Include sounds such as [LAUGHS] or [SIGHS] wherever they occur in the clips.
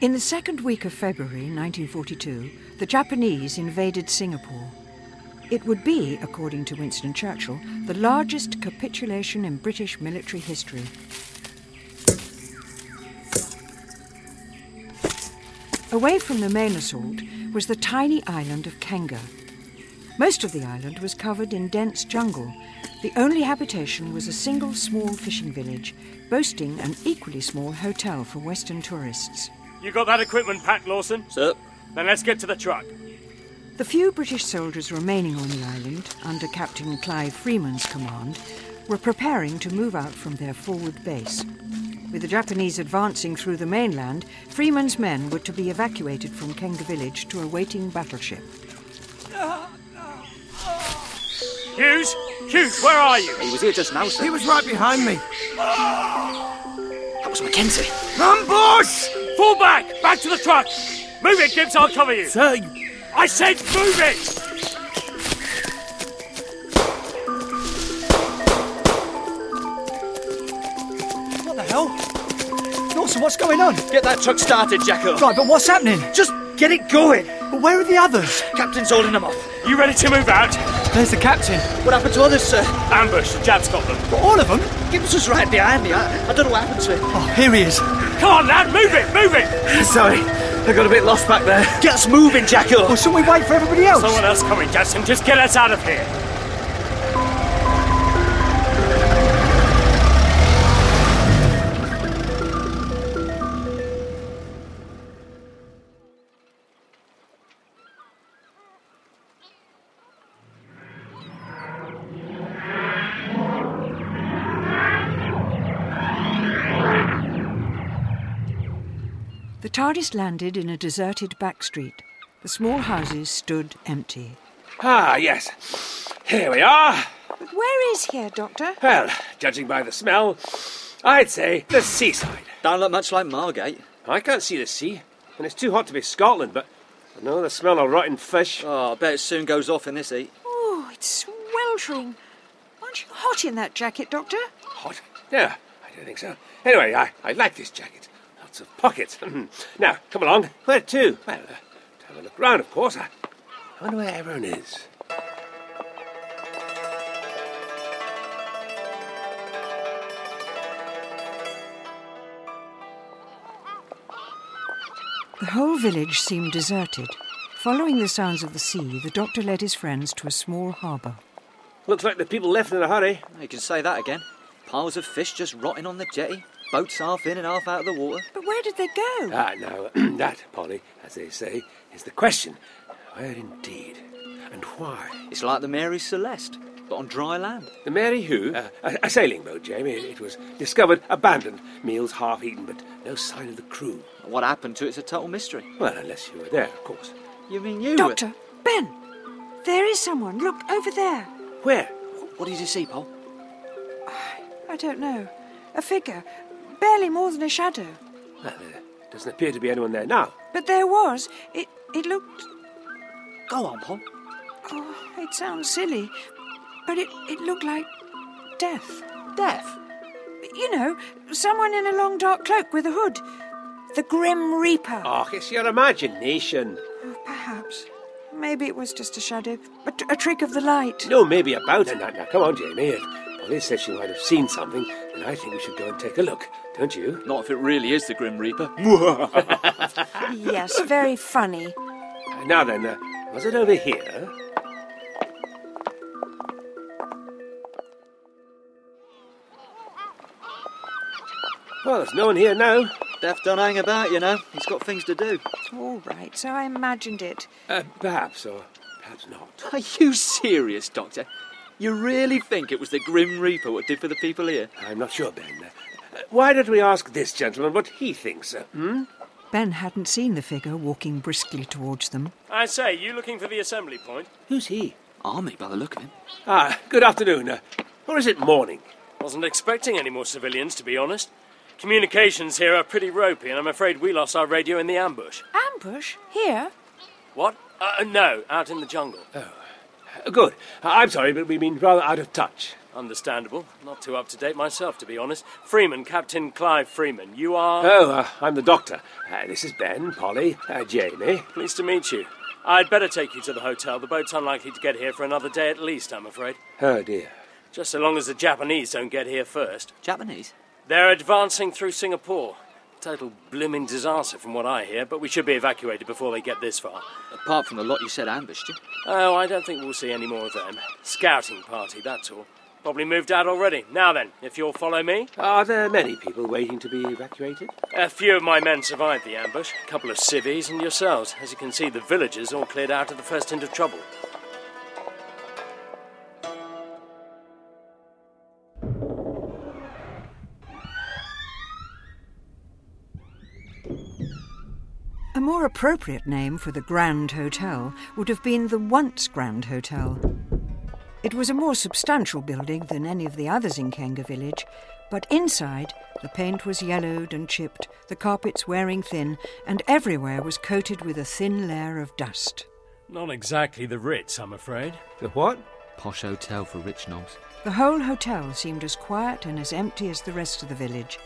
In the second week of February 1942, the Japanese invaded Singapore. It would be, according to Winston Churchill, the largest capitulation in British military history. Away from the main assault was the tiny island of Kenga. Most of the island was covered in dense jungle. The only habitation was a single small fishing village, boasting an equally small hotel for Western tourists. You got that equipment packed, Lawson? Sir? Then let's get to the truck. The few British soldiers remaining on the island, under Captain Clive Freeman's command, were preparing to move out from their forward base. With the Japanese advancing through the mainland, Freeman's men were to be evacuated from Kenga village to a waiting battleship. Hughes? Hughes, where are you? He was here just now, sir. He was right behind me. That was Mackenzie. Ambush! Fall back! Back to the truck! Move it, Gibbs, I'll cover you! Sir, I said move it! what the hell? Lawson, what's going on? Get that truck started, Jacko. Right, but what's happening? Just get it going. But where are the others? Captain's holding them off. You ready to move out? There's the captain. What happened to others, sir? Ambush, the jab's got them. But all of them? Gibbs was right behind me. I, I don't know what happened to him. Oh, here he is. Come on, lad, move it, move it! Sorry, I got a bit lost back there. Get us moving, Jacko. Well, shouldn't we wait for everybody else? Someone else coming, Jackson, just get us out of here. The TARDIS landed in a deserted back street. The small houses stood empty. Ah, yes. Here we are. Where is here, Doctor? Well, judging by the smell, I'd say the seaside. Don't look much like Margate. I can't see the sea, and it's too hot to be Scotland, but I know the smell of rotten fish. Oh, I bet it soon goes off in this heat. Oh, it's sweltering. Aren't you hot in that jacket, Doctor? Hot? No, I don't think so. Anyway, I, I like this jacket. Lots of pockets. [CLEARS THROAT] now, come along. Where to? Well, uh, have a look round, of course. I I wonder where everyone is. The whole village seemed deserted. Following the sounds of the sea, the Doctor led his friends to a small harbour. Looks like the people left in a hurry. You can say that again. Piles of fish just rotting on the jetty. Boats half in and half out of the water. But where did they go? Ah, now, [CLEARS THROAT] that, Polly, as they say, is the question. Where indeed? And why? It's like the Mary Celeste, but on dry land. The Mary Who? Uh, a, a sailing boat, Jamie. It, it was discovered abandoned, meals half eaten, but no sign of the crew. What happened to it's a total mystery. Well, unless you were there, of course. You mean you? were- Doctor, Ben, there is someone. Look over there. Where? What did you see, Paul? I don't know. A figure, barely more than a shadow. Well, there doesn't appear to be anyone there now. But there was. It it looked. Go on, Paul. Oh, it sounds silly, but it it looked like death. Death. You know, someone in a long dark cloak with a hood. The Grim Reaper. Oh, it's your imagination. Perhaps. Maybe it was just a shadow, a, t- a trick of the light. No, maybe about it. Now, now, come on, Jamie. If Polly says she might have seen something, then I think we should go and take a look, don't you? Not if it really is the Grim Reaper. Yes, very funny. Uh, Now then, uh, was it over here? Well, there's no one here now. Death don't hang about, you know. He's got things to do. All right, so I imagined it. Uh, perhaps, or perhaps not. Are you serious, Doctor? You really think it was the Grim Reaper what did for the people here? I'm not sure, Ben. Uh, why don't we ask this gentleman what he thinks? Uh, hmm? Ben hadn't seen the figure walking briskly towards them. I say, you looking for the assembly point? Who's he? Army, by the look of him. Ah, good afternoon. Uh, or is it morning? Wasn't expecting any more civilians, to be honest. Communications here are pretty ropey, and I'm afraid we lost our radio in the ambush. Ambush? Here? What? Uh, no, out in the jungle. Uh, good. Uh, I'm sorry, but we mean rather out of touch. Understandable. Not too up to date myself, to be honest. Freeman, Captain Clive Freeman, you are. Oh, uh, I'm the doctor. Uh, this is Ben, Polly, uh, Jamie. Pleased to meet you. I'd better take you to the hotel. The boat's unlikely to get here for another day at least, I'm afraid. Oh, dear. Just so long as the Japanese don't get here first. Japanese? They're advancing through Singapore. Total blimmin' disaster from what I hear, but we should be evacuated before they get this far. Apart from the lot you said ambushed you. Oh, I don't think we'll see any more of them. Scouting party, that's all. Probably moved out already. Now then, if you'll follow me. Are there many people waiting to be evacuated? A few of my men survived the ambush, a couple of civvies and yourselves. As you can see, the villagers all cleared out at the first hint of trouble. A more appropriate name for the Grand Hotel would have been the once Grand Hotel. It was a more substantial building than any of the others in Kenga village, but inside the paint was yellowed and chipped, the carpets wearing thin, and everywhere was coated with a thin layer of dust. Not exactly the Ritz, I'm afraid. The what? Posh hotel for rich knobs. The whole hotel seemed as quiet and as empty as the rest of the village.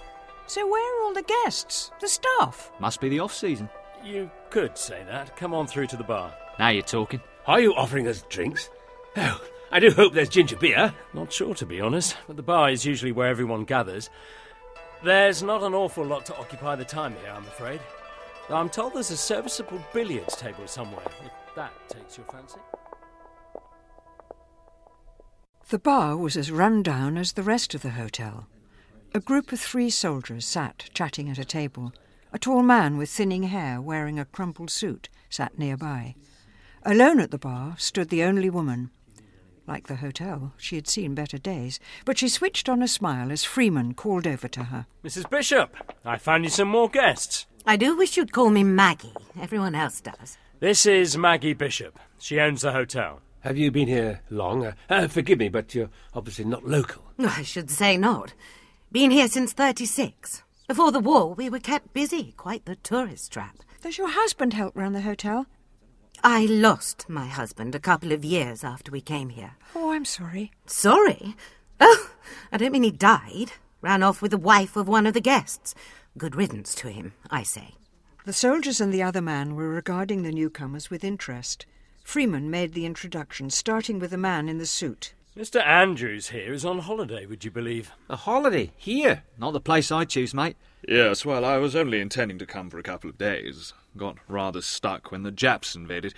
So where are all the guests? The staff? Must be the off season. You could say that. Come on through to the bar. Now you're talking. Are you offering us drinks? Oh, I do hope there's ginger beer. Not sure, to be honest, but the bar is usually where everyone gathers. There's not an awful lot to occupy the time here, I'm afraid. Though I'm told there's a serviceable billiards table somewhere, if that takes your fancy. The bar was as run down as the rest of the hotel. A group of three soldiers sat chatting at a table. A tall man with thinning hair wearing a crumpled suit sat nearby. Alone at the bar stood the only woman. Like the hotel, she had seen better days, but she switched on a smile as Freeman called over to her. Mrs. Bishop, I found you some more guests. I do wish you'd call me Maggie. Everyone else does. This is Maggie Bishop. She owns the hotel. Have you been here long? Uh, uh, forgive me, but you're obviously not local. I should say not. Been here since 36. Before the war, we were kept busy. Quite the tourist trap. Does your husband help round the hotel? I lost my husband a couple of years after we came here. Oh, I'm sorry. Sorry? Oh, I don't mean he died. Ran off with the wife of one of the guests. Good riddance to him, I say. The soldiers and the other man were regarding the newcomers with interest. Freeman made the introduction, starting with the man in the suit. Mr. Andrews here is on holiday, would you believe? A holiday here? Not the place I choose, mate. Yes, well, I was only intending to come for a couple of days. Got rather stuck when the Japs invaded.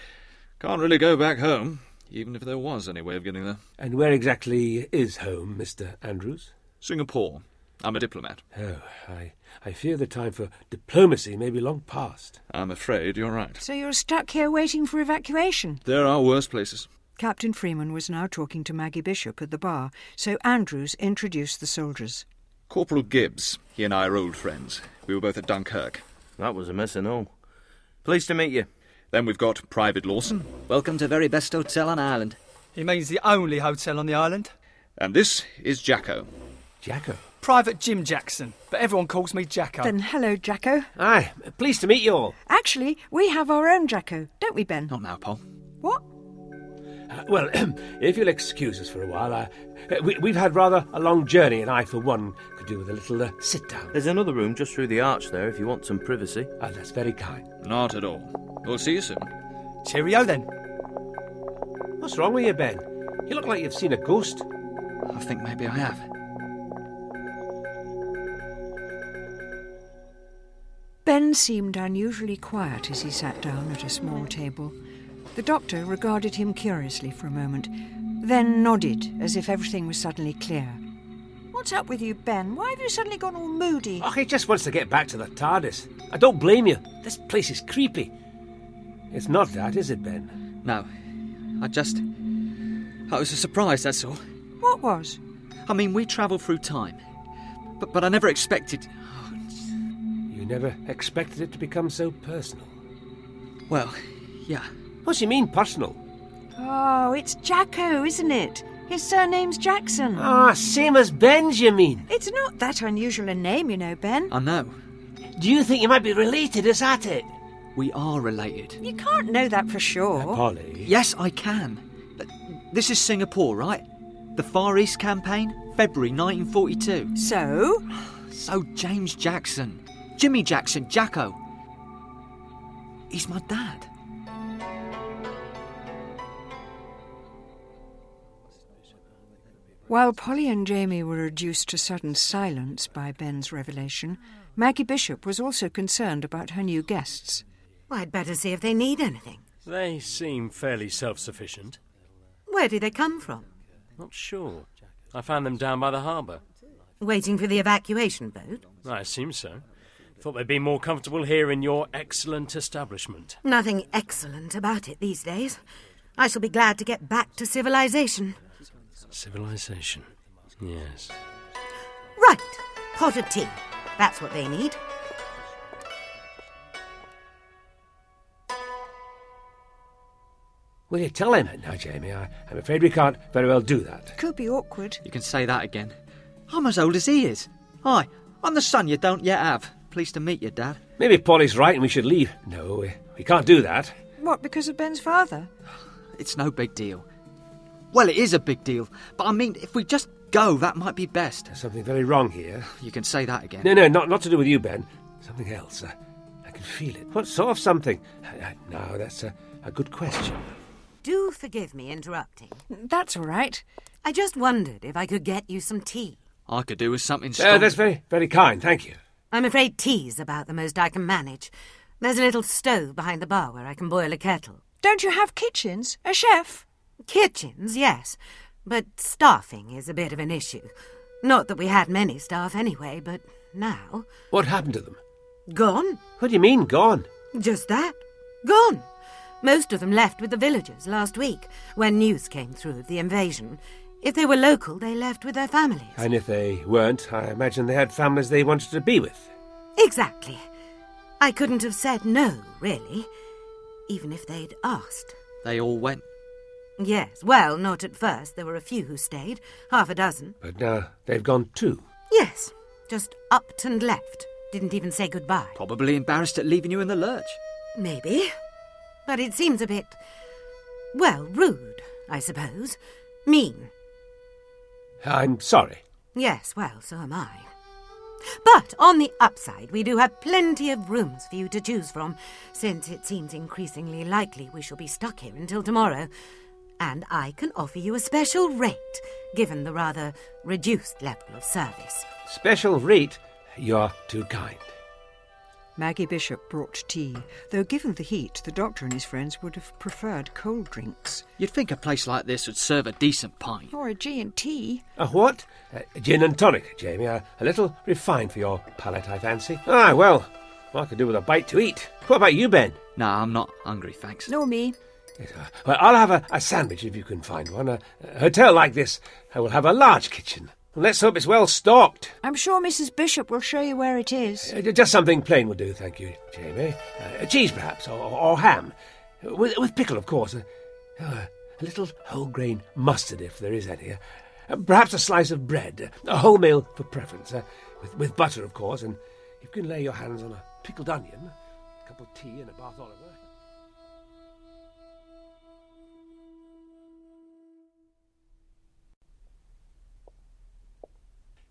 Can't really go back home, even if there was any way of getting there. And where exactly is home, Mr. Andrews? Singapore. I'm a diplomat. Oh, I, I fear the time for diplomacy may be long past. I'm afraid you're right. So you're stuck here waiting for evacuation? There are worse places. Captain Freeman was now talking to Maggie Bishop at the bar, so Andrews introduced the soldiers. Corporal Gibbs. He and I are old friends. We were both at Dunkirk. That was a mess and all. Pleased to meet you. Then we've got Private Lawson. Welcome to very best hotel on Ireland. He means the only hotel on the island. And this is Jacko. Jacko. Private Jim Jackson, but everyone calls me Uh, Jacko. Then hello, Jacko. Aye, pleased to meet you all. Actually, we have our own Jacko, don't we, Ben? Not now, Paul. What? Uh, well, [CLEARS THROAT] if you'll excuse us for a while, uh, uh, we, we've had rather a long journey, and I, for one, could do with a little uh, sit down. There's another room just through the arch there if you want some privacy. Ah, that's very kind. Not at all. We'll see you soon. Cheerio then. What's wrong with you, Ben? You look like you've seen a ghost. I think maybe I have. Ben seemed unusually quiet as he sat down at a small table. The doctor regarded him curiously for a moment, then nodded as if everything was suddenly clear. What's up with you, Ben? Why have you suddenly gone all moody? Oh, he just wants to get back to the TARDIS. I don't blame you. This place is creepy. It's not that, is it, Ben? No. I just. I was a surprise, that's all. What was? I mean, we travel through time. But, but I never expected. You never expected it to become so personal. Well, yeah. What's he mean, personal? Oh, it's Jacko, isn't it? His surname's Jackson. Ah, same as Benjamin. It's not that unusual a name, you know, Ben. I know. Do you think you might be related? Is that it? We are related. You can't know that for sure. Polly. Yes, I can. Uh, This is Singapore, right? The Far East Campaign, February 1942. So, So, James Jackson, Jimmy Jackson, Jacko. He's my dad. while Polly and Jamie were reduced to sudden silence by Ben's revelation, Maggie Bishop was also concerned about her new guests. Well, I'd better see if they need anything. They seem fairly self sufficient. Where do they come from? Not sure. I found them down by the harbour. Waiting for the evacuation boat? I assume so. Thought they'd be more comfortable here in your excellent establishment. Nothing excellent about it these days. I shall be glad to get back to civilization. Civilization. Yes. Right, pot of tea. That's what they need. Will you tell him? No, Jamie, I, I'm afraid we can't very well do that. Could be awkward. You can say that again. I'm as old as he is. Hi, I'm the son you don't yet have. Pleased to meet you, Dad. Maybe Polly's right and we should leave. No, we, we can't do that. What, because of Ben's father? It's no big deal. Well, it is a big deal, but I mean, if we just go, that might be best. There's something very wrong here. You can say that again. No, no, not, not to do with you, Ben. Something else. I, I can feel it. What sort of something? I, I, no, that's a, a good question. Uh, Do forgive me interrupting. That's all right. I just wondered if I could get you some tea. I could do with something Uh, strong. that's very, very kind. Thank you. I'm afraid tea's about the most I can manage. There's a little stove behind the bar where I can boil a kettle. Don't you have kitchens? A chef? Kitchens, yes, but staffing is a bit of an issue. Not that we had many staff anyway, but now. What happened to them? Gone? What do you mean, gone? Just that. Gone. Most of them left with the villagers last week when news came through of the invasion. If they were local, they left with their families. And if they weren't, I imagine they had families they wanted to be with. Exactly. I couldn't have said no, really, even if they'd asked. They all went. Yes, well, not at first. There were a few who stayed, half a dozen. But now they've gone too. Yes, just upped and left. Didn't even say goodbye. Probably embarrassed at leaving you in the lurch. Maybe. But it seems a bit. well, rude, I suppose. Mean. I'm sorry. Yes, well, so am I. But on the upside, we do have plenty of rooms for you to choose from, since it seems increasingly likely we shall be stuck here until tomorrow. And I can offer you a special rate, given the rather reduced level of service. Special rate, you're too kind. Maggie Bishop brought tea, though given the heat, the doctor and his friends would have preferred cold drinks. You'd think a place like this would serve a decent pint. Or a G&T. A what? A gin and tonic, Jamie. A, a little refined for your palate, I fancy. Ah, well, I could do with a bite to eat. What about you, Ben? No, I'm not hungry, thanks. Nor me. Yes, uh, well, I'll have a, a sandwich if you can find one. A, a hotel like this I will have a large kitchen. Let's hope it's well stocked. I'm sure Mrs. Bishop will show you where it is. Uh, just something plain will do, thank you, Jamie. Uh, cheese, perhaps, or, or ham. Uh, With, with pickle, of course. Uh, oh, a little whole grain mustard, if there is any. Uh, perhaps a slice of bread. A wholemeal for preference. Uh, with, with butter, of course. And if you can lay your hands on a pickled onion, a cup of tea, and a Bath Oliver.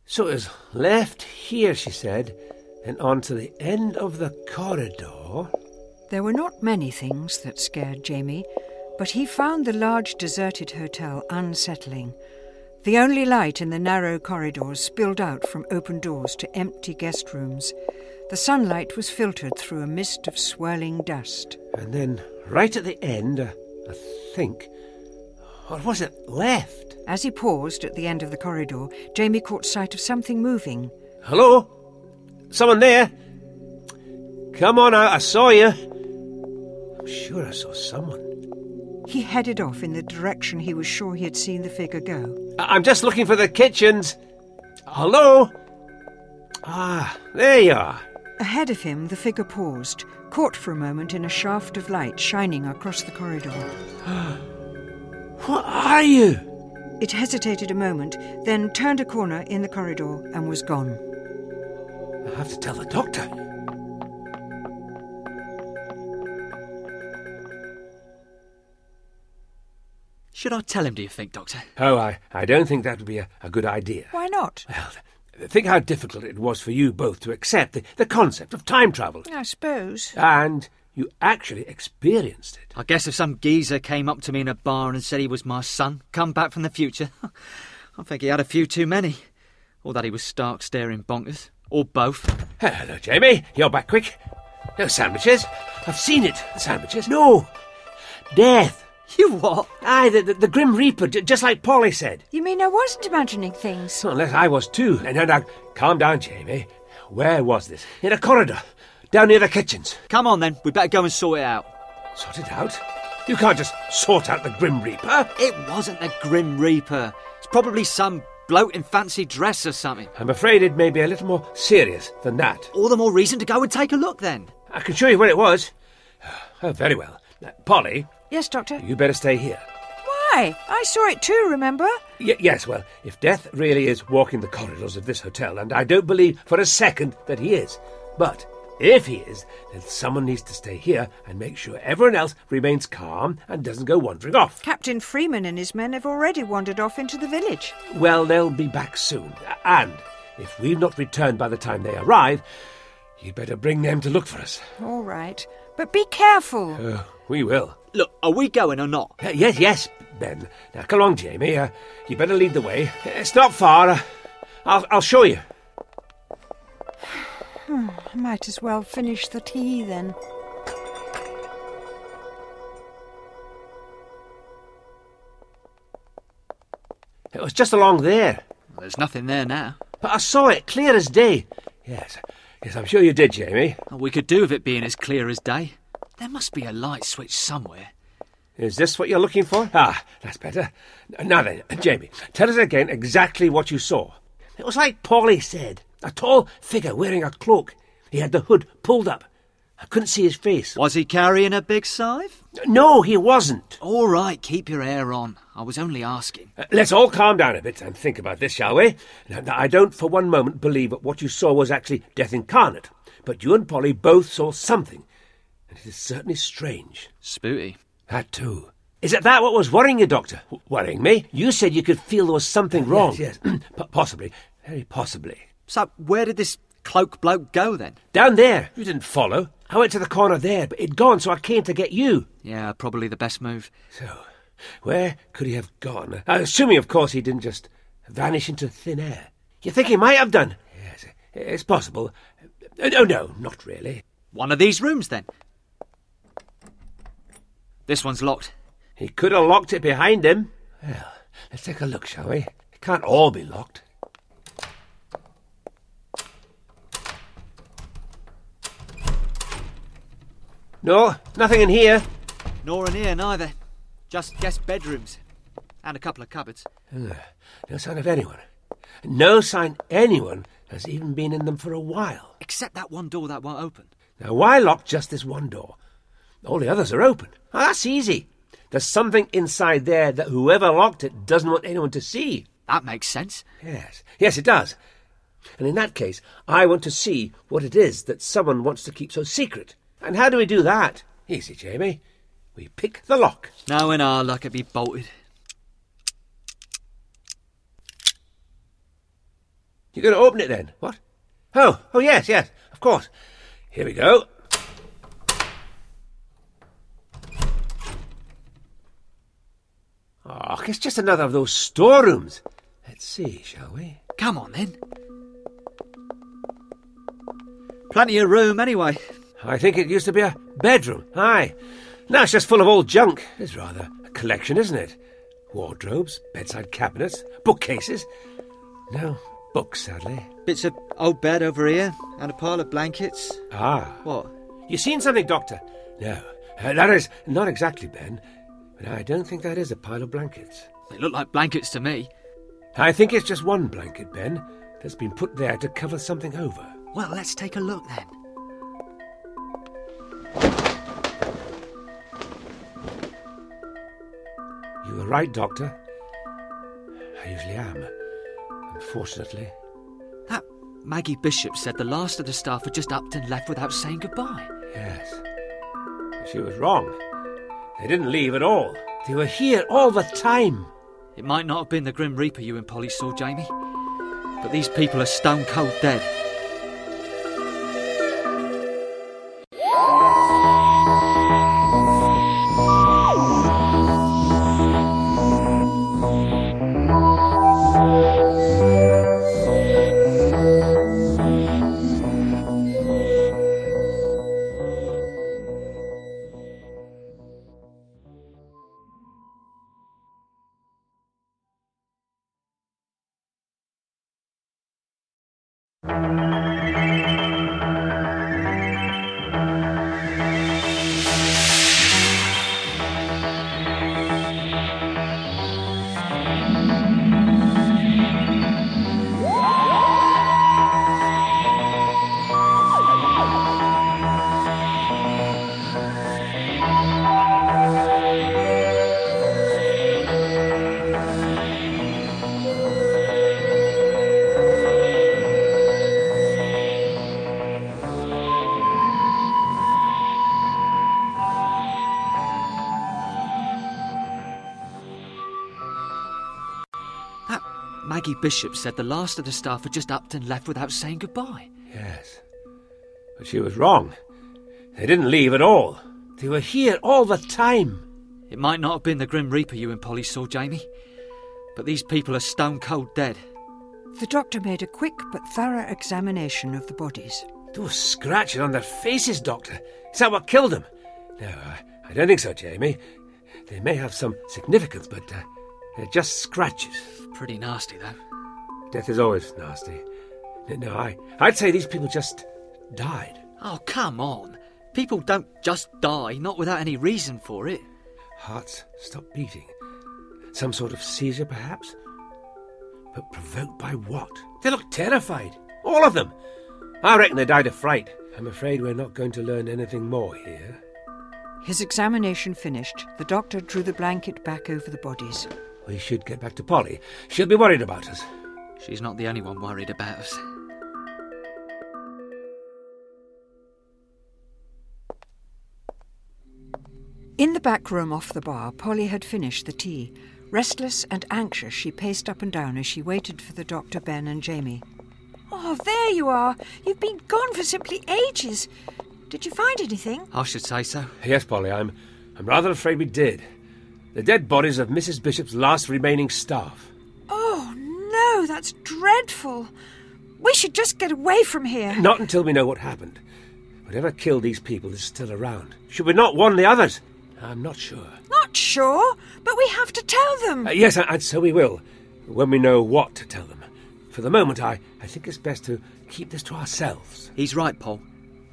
So it was left here, she said, and on to the end of the corridor. There were not many things that scared Jamie, but he found the large deserted hotel unsettling. The only light in the narrow corridors spilled out from open doors to empty guest rooms. The sunlight was filtered through a mist of swirling dust. And then, right at the end, uh, I think. What was it left? As he paused at the end of the corridor, Jamie caught sight of something moving. Hello? Someone there? Come on out, I saw you. I'm sure I saw someone. He headed off in the direction he was sure he had seen the figure go. I- am just looking for the kitchens. Hello? Ah, there you are. Ahead of him, the figure paused, caught for a moment in a shaft of light shining across the corridor. What are you? It hesitated a moment, then turned a corner in the corridor and was gone. I have to tell the doctor. Should I tell him, do you think, Doctor? Oh, I, I don't think that would be a, a good idea. Why not? Well, th- think how difficult it was for you both to accept the, the concept of time travel. I suppose. And you actually experienced it. I guess if some geezer came up to me in a bar and said he was my son, come back from the future, [LAUGHS] I think he had a few too many. Or that he was stark staring bonkers. Or both. Hello, Jamie. You're back quick. No sandwiches. I've seen it. The sandwiches. No. Death. You what? Aye, the, the, the Grim Reaper, j- just like Polly said. You mean I wasn't imagining things? So unless I was too. And now, now, calm down, Jamie. Where was this? In a corridor. Down near the kitchens. Come on then, we better go and sort it out. Sort it out? You can't just sort out the Grim Reaper. It wasn't the Grim Reaper. It's probably some bloke in fancy dress or something. I'm afraid it may be a little more serious than that. All the more reason to go and take a look then. I can show you where it was. [SIGHS] Oh, very well. Now, Polly, Yes, Doctor. you better stay here. Why? I saw it too, remember? Y- yes, well, if Death really is walking the corridors of this hotel, and I don't believe for a second that he is, but if he is, then someone needs to stay here and make sure everyone else remains calm and doesn't go wandering off. Captain Freeman and his men have already wandered off into the village. Well, they'll be back soon, and if we've not returned by the time they arrive, you'd better bring them to look for us. All right. But be careful. Oh, we will. Look, are we going or not? Uh, yes, yes, Ben. Now, come along, Jamie. Uh, you better lead the way. It's not far. Uh, I'll, I'll show you. I might as well finish the tea then. It was just along there. There's nothing there now. But I saw it clear as day. Yes, yes, I'm sure you did, Jamie. We could do with it being as clear as day. There must be a light switch somewhere. Is this what you're looking for? Ah, that's better. Now then, uh, Jamie, tell us again exactly what you saw. It was like Paulie said a tall figure wearing a cloak. He had the hood pulled up. I couldn't see his face. Was he carrying a big scythe? No, he wasn't. All right, keep your hair on. I was only asking. Uh, Let's all calm down a bit and think about this, shall we? Now, now, I don't for one moment believe that what you saw was actually death incarnate, but you and Polly both saw something, and it is certainly strange. Spooty. That too. Is it that what was worrying you, Doctor? W- worrying me? You said you could feel there was something wrong. [CLEARS THROAT] Yes, yes. P- possibly. Very possibly. So, where did this cloak bloke go then? Down there. You didn't follow. I went to the corner there, but it'd gone, so I came to get you. Yeah, probably the best move. So, where could he have gone? Uh, assuming, of course, he didn't just vanish into thin air. You think he might have done? Yes, it's possible. Uh, Oh, no, not really. One of these rooms then. This one's locked. He could have locked it behind him. Well, let's take a look, shall we? It can't all be locked. No, nothing in here. Nor in here neither. Just guest bedrooms. And a couple of cupboards. Ugh, Uh, No sign of anyone. No sign anyone has even been in them for a while. Except that one door that won't open. Now, why lock just this one door? All the others are open. Ah, that's easy. There's something inside there that whoever locked it doesn't want anyone to see. That makes sense. Yes, yes, it does. And in that case, I want to see what it is that someone wants to keep so secret. And how do we do that? Easy, Jamie. We pick the lock. Now in our luck it'd be bolted. You're going to open it then? What? Oh, oh, yes, yes, of course. Here we go. Oh, it's just another of those storerooms. Let's see, shall we? Come on then. Plenty of room anyway. I think it used to be a bedroom. Aye. Now it's just full of old junk. It's rather a collection, isn't it? Wardrobes, bedside cabinets, bookcases. No books, sadly. Bits of old bed over here, and a pile of blankets. Ah. What? You seen something, Doctor? No. Uh, that is not exactly Ben. But I don't think that is a pile of blankets. They look like blankets to me. I think it's just one blanket, Ben, that's been put there to cover something over. Well, let's take a look then. You were right, Doctor. I usually am. Unfortunately. That Maggie Bishop said the last of the staff had just upped and left without saying goodbye. Yes. She was wrong. They didn't leave at all. They were here all the time. It might not have been the Grim Reaper you and Polly saw, Jamie, but these people are stone cold dead. That Maggie Bishop said the last of the staff had just upped and left without saying goodbye. Yes. But she was wrong. They didn't leave at all. They were here all the time. It might not have been the Grim Reaper you and Polly saw, Jamie, but these people are stone cold dead. The doctor made a quick but thorough examination of the bodies. There was scratching on their faces, Doctor. Is that what killed them? No, I, I don't think so, Jamie. They may have some significance, but uh, they're just scratches. Pretty nasty, though. Death is always nasty. No, No, I, I'd say these people just died. Oh, come on. People don't just die, not without any reason for it. Hearts stopped beating. Some sort of seizure, perhaps? But provoked by what? They looked terrified. All of them. I reckon they died of fright. I'm afraid we're not going to learn anything more here. His examination finished, the doctor drew the blanket back over the bodies. We should get back to Polly. She'll be worried about us. She's not the only one worried about us. In the back room off the bar, Polly had finished the tea. Restless and anxious, she paced up and down as she waited for the doctor, Ben, and Jamie. Oh, there you are! You've been gone for simply ages. Did you find anything? I should say so. Yes, Polly, I'm, I'm rather afraid we did. The dead bodies of Mrs. Bishop's last remaining staff. Oh, no, that's dreadful. We should just get away from here. Not until we know what happened. Whatever killed these people is still around. Should we not warn the others? I'm not sure. Not sure, but we have to tell them. Uh, yes, a- and so we will, when we know what to tell them. For the moment, I, I think it's best to keep this to ourselves. He's right, Paul.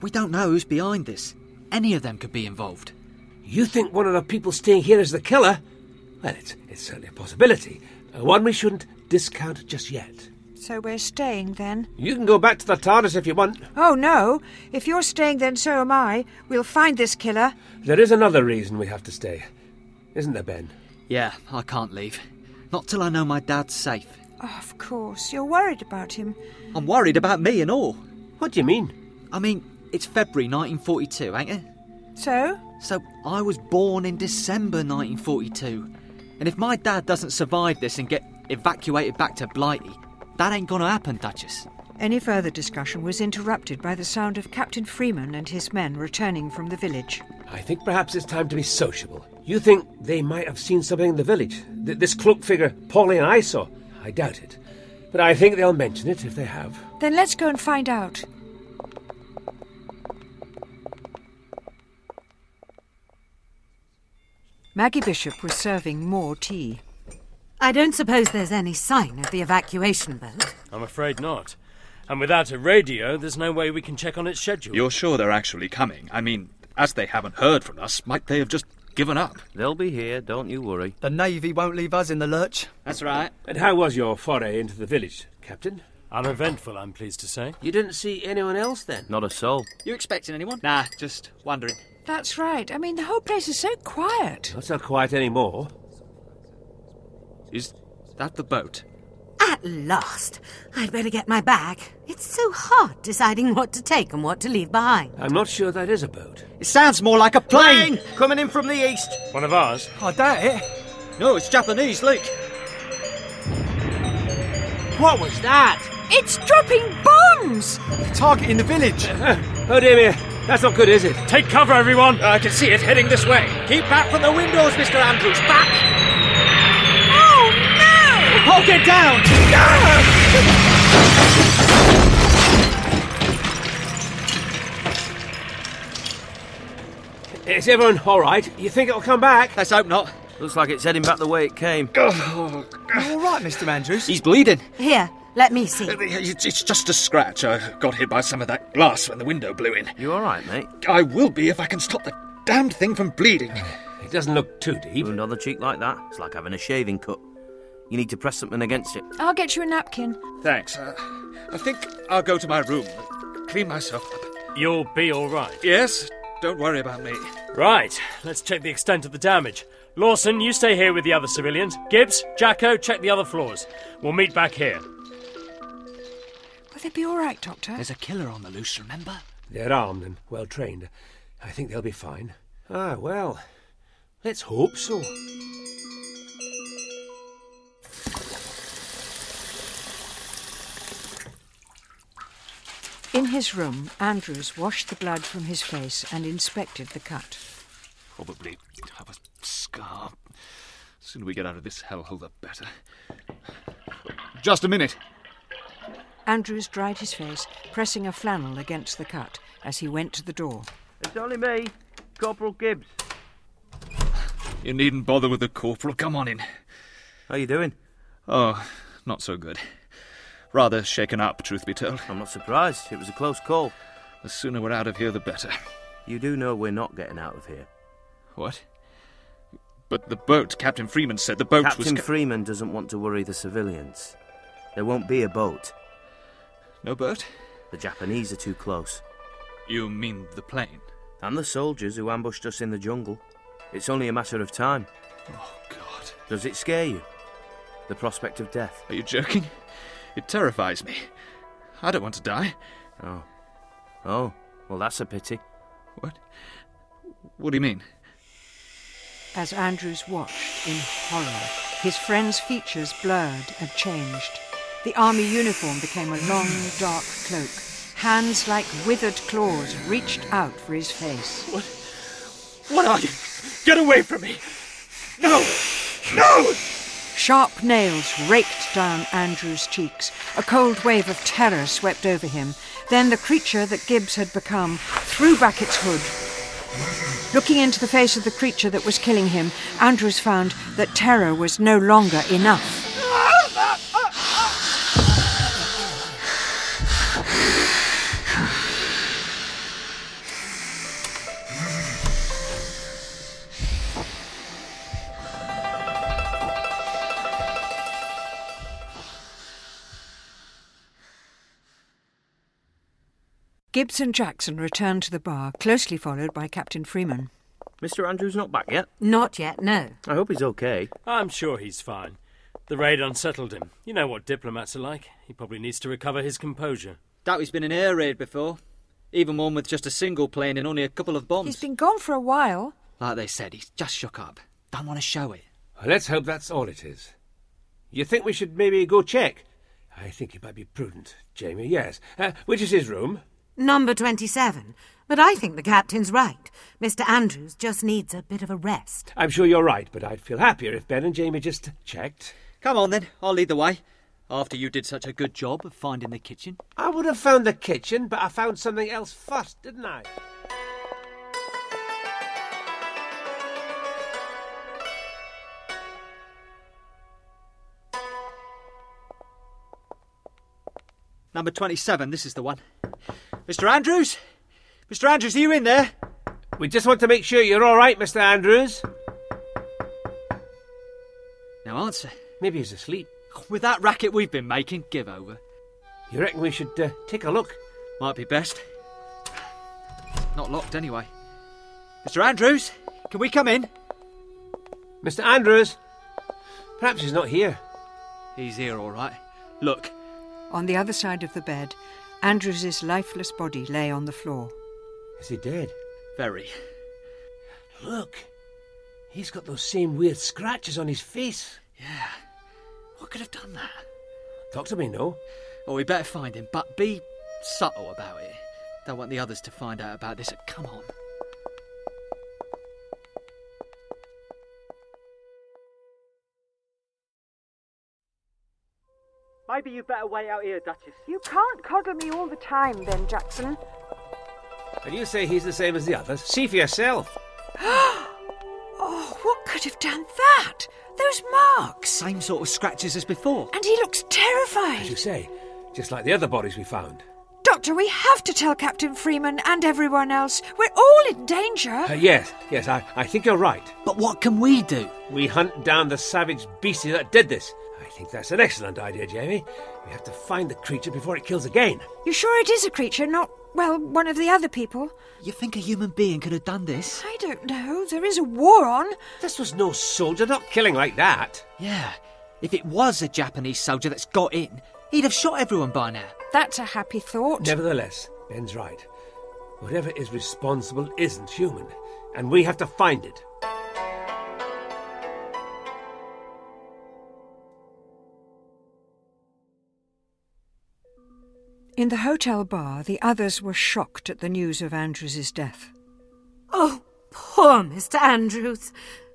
We don't know who's behind this. Any of them could be involved. You think one of the people staying here is the killer? Well, it's, it's certainly a possibility, uh, one we shouldn't discount just yet. So we're staying then? You can go back to the TARDIS if you want. Oh, no. If you're staying, then so am I. We'll find this killer. There is another reason we have to stay, isn't there, Ben? Yeah, I can't leave. Not till I know my dad's safe. "Oh, Of course. You're worried about him. I'm worried about me and all. What do you mean? I mean, it's February 1942, ain't it? So? So I was born in December 1942. And if my dad doesn't survive this and get evacuated back to Blighty, that ain't gonna happen, Duchess. Any further discussion was interrupted by the sound of Captain Freeman and his men returning from the village. I think perhaps it's time to be sociable. You think they might have seen something in the village? Th- this cloaked figure Polly and I saw? I doubt it. But I think they'll mention it if they have. Then let's go and find out. Maggie Bishop was serving more tea. I don't suppose there's any sign of the evacuation boat. I'm afraid not. And without a radio, there's no way we can check on its schedule. You're sure they're actually coming? I mean, as they haven't heard from us, might they have just given up? They'll be here, don't you worry. The Navy won't leave us in the lurch. That's right. And how was your foray into the village, Captain? Uneventful, I'm pleased to say. You didn't see anyone else then? Not a soul. You expecting anyone? Nah, just wondering. That's right. I mean, the whole place is so quiet. Not so quiet anymore. Is that the boat? At last! I'd better get my bag. It's so hard deciding what to take and what to leave behind. I'm not sure that is a boat. It sounds more like a plane. Coming in from the east! One of ours? I doubt it. No, it's Japanese, look. What was that? It's dropping bombs! They're targeting the village. Oh dear me, that's not good, is it? Take cover, everyone! I can see it heading this way. Keep back from the windows, Mr. Andrews. Back! Paul, get down. Is everyone all right? You think it'll come back? Let's hope not. Looks like it's heading back the way it came. You all right, Mr. Andrews? He's bleeding. Here, let me see. It's it's just a scratch. I got hit by some of that glass when the window blew in. You alright, mate? I will be if I can stop the damned thing from bleeding. It doesn't look too deep. Wound on the cheek like that. It's like having a shaving cut. You need to press something against it. I'll get you a napkin. Thanks. Uh, I think I'll go to my room, clean myself up. You'll be all right. Yes, don't worry about me. Right, let's check the extent of the damage. Lawson, you stay here with the other civilians. Gibbs, Jacko, check the other floors. We'll meet back here. Will they be all right, Doctor? There's a killer on the loose, remember? They're armed and well trained. I think they'll be fine. Ah, well, let's hope so. In his room, Andrews washed the blood from his face and inspected the cut. Probably have a scar. The sooner we get out of this hellhole, the better. Just a minute. Andrews dried his face, pressing a flannel against the cut as he went to the door. It's only me, Corporal Gibbs. You needn't bother with the corporal. Come on in. How you doing? Oh, not so good. Rather shaken up, truth be told. I'm not surprised. It was a close call. The sooner we're out of here, the better. You do know we're not getting out of here. What? But the boat, Captain Freeman said the boat was. Captain ca- Freeman doesn't want to worry the civilians. There won't be a boat. no boat? The Japanese are too close. You mean the plane? And the soldiers who ambushed us in the jungle. It's only a matter of time. Oh, God. Does it scare you? The prospect of death. Are you joking? It terrifies me. I don't want to die. Oh. Oh, well, that's a pity. What? What do you mean? As Andrews watched in horror, his friend's features blurred and changed. The army uniform became a long, dark cloak. Hands like withered claws reached out for his face. What are you? Get away from me! No! No! Sharp nails raked down Andrew's cheeks. A cold wave of terror swept over him. Then the creature that Gibbs had become threw back its hood. Looking into the face of the creature that was killing him, Andrews found that terror was no longer enough. Gibbs and Jackson returned to the bar, closely followed by Captain Freeman. Mr. Andrews not back yet. Not yet, no. I hope he's okay. I'm sure he's fine. The raid unsettled him. You know what diplomats are like. He probably needs to recover his composure. Doubt he's been in air raid before. Even one with just a single plane and only a couple of bombs. He's been gone for a while. Like they said, he's just shook up. Don't want to show it. Well, let's hope that's all it is. You think we should maybe go check? I think it might be prudent, Jamie, yes. Uh, which is his room? Number 27. But I think the captain's right. Mr. Andrews just needs a bit of a rest. I'm sure you're right, but I'd feel happier if Ben and Jamie just checked. Come on then, I'll lead the way. After you did such a good job of finding the kitchen. I would have found the kitchen, but I found something else first, didn't I? Number 27, this is the one. Mr. Andrews? Mr. Andrews, are you in there? We just want to make sure you're all right, Mr. Andrews. No answer. Maybe he's asleep. With that racket we've been making, give over. You reckon we should uh, take a look? Might be best. Not locked anyway. Mr. Andrews, can we come in? Mr. Andrews? Perhaps he's not here. He's here, all right. Look, On the other side of the bed, Andrews's lifeless body lay on the floor. Is he dead? very. Look. He's got those same weird scratches on his face. Yeah. What could have done that? Doctor may know. Well, we better find him, but be subtle about it. Don't want the others to find out about this. Come on. Maybe you better wait out here, Duchess. You can't coddle me all the time, Ben Jackson. And you say he's the same as the others? See for yourself. Oh, what could have done that? Those marks! Same sort of scratches as before. And he looks As you terrified! say, just like the other bodies we found. Doctor, we have to tell Captain Freeman and everyone else. We're all in Uh, danger! yes, yes, I, I think you're right. But what can we do? We hunt down the savage beastie that did this. I think that's an excellent idea, Jamie. We have to find the creature before it kills again. You sure it is a creature, not, well, one of the other people? You think a human being could have done this? I don't know. There is a war on. This was no soldier, not killing like that. Yeah. If it was a Japanese soldier that's got in, he'd have shot everyone by now. That's a happy thought. Nevertheless, Ben's right. Whatever is responsible isn't human, and we have to find it. In the hotel bar, the others were shocked at the news of Andrews's death. Oh, poor Mr. Andrews.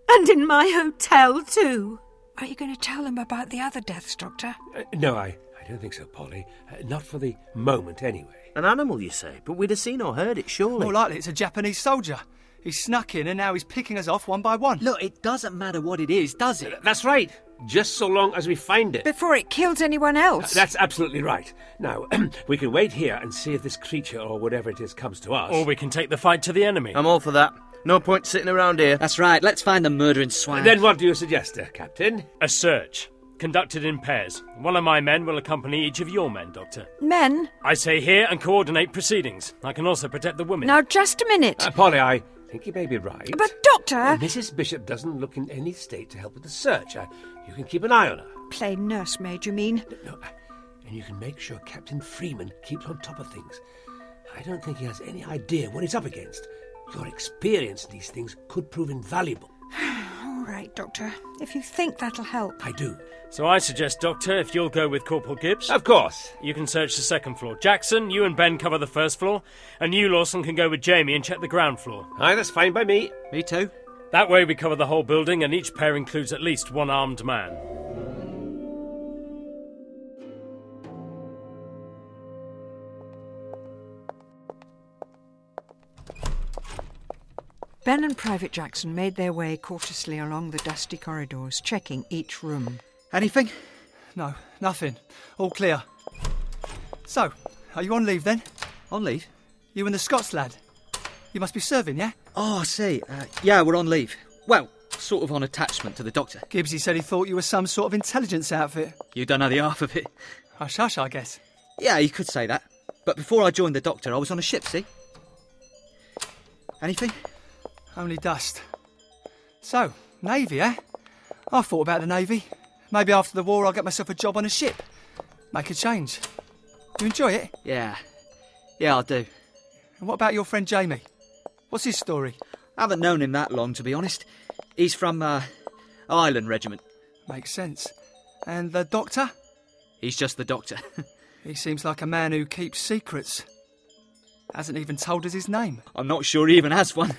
And in my hotel, too. Are you going to tell them about the other deaths, Doctor? Uh, no, I, I don't think so, Polly. Uh, not for the moment, anyway. An animal, you say, but we'd have seen or heard it, surely. More likely it's a Japanese soldier. He snuck in and now he's picking us off one by one. Look, it doesn't matter what it is, does it? That's right. Just so long as we find it. Before it kills anyone Uh, else. That's absolutely right. Now, [CLEARS THROAT] we can wait here and see if this creature or whatever it is comes to us. Or we can take the fight to the enemy. I'm all for that. No point sitting around here. That's right, let's find the murdering swine. Then what do you suggest, uh, Captain? A search, conducted in pairs. One of my men will accompany each of your men, Doctor. Men, I say here and coordinate proceedings. I can also protect the women. now just a minute. Uh, Polly, I think you may be right. but, Doctor, Uh, Mrs. Bishop doesn't look in any state to help with the search. Uh, you can keep an eye on her. plain nursemaid, you mean? No, uh, and you can make sure Captain Freeman keeps on top of things. I don't think he has any idea what he's up against. Your experience in these things could prove invaluable. All right, Doctor. If you think that'll help. I do. So I suggest, Doctor, if you'll go with Corporal Gibbs, Of course. you can search the second floor. Jackson, you and Ben cover the first floor, and you, Lawson, can go with Jamie and check the ground floor. Aye, that's fine by me. Me too. That way we cover the whole building, and each pair includes at least one armed man. Ben and Private Jackson made their way cautiously along the dusty corridors, checking each room. Anything? No, nothing. All clear. So, are you on leave then? On leave? You and the Scots lad? You must be serving, yeah? Oh, I see. Uh, yeah, we're on leave. Well, sort of on attachment to the doctor. Gibbsy said he thought you were some sort of intelligence outfit. You don't know the half of it. Hush hush, I guess. Yeah, you could say that. But before I joined the doctor, I was on a ship, see? Anything? Only dust. So, Navy, eh? I thought about the Navy. Maybe after the war I'll get myself a job on a ship. Make a change. You enjoy it? Yeah. Yeah, I do. And what about your friend Jamie? What's his story? Haven't known him that long, to be honest. He's from, uh, Island Regiment. Makes sense. And the doctor? He's just the doctor. [LAUGHS] He seems like a man who keeps secrets. Hasn't even told us his name. I'm not sure he even has one.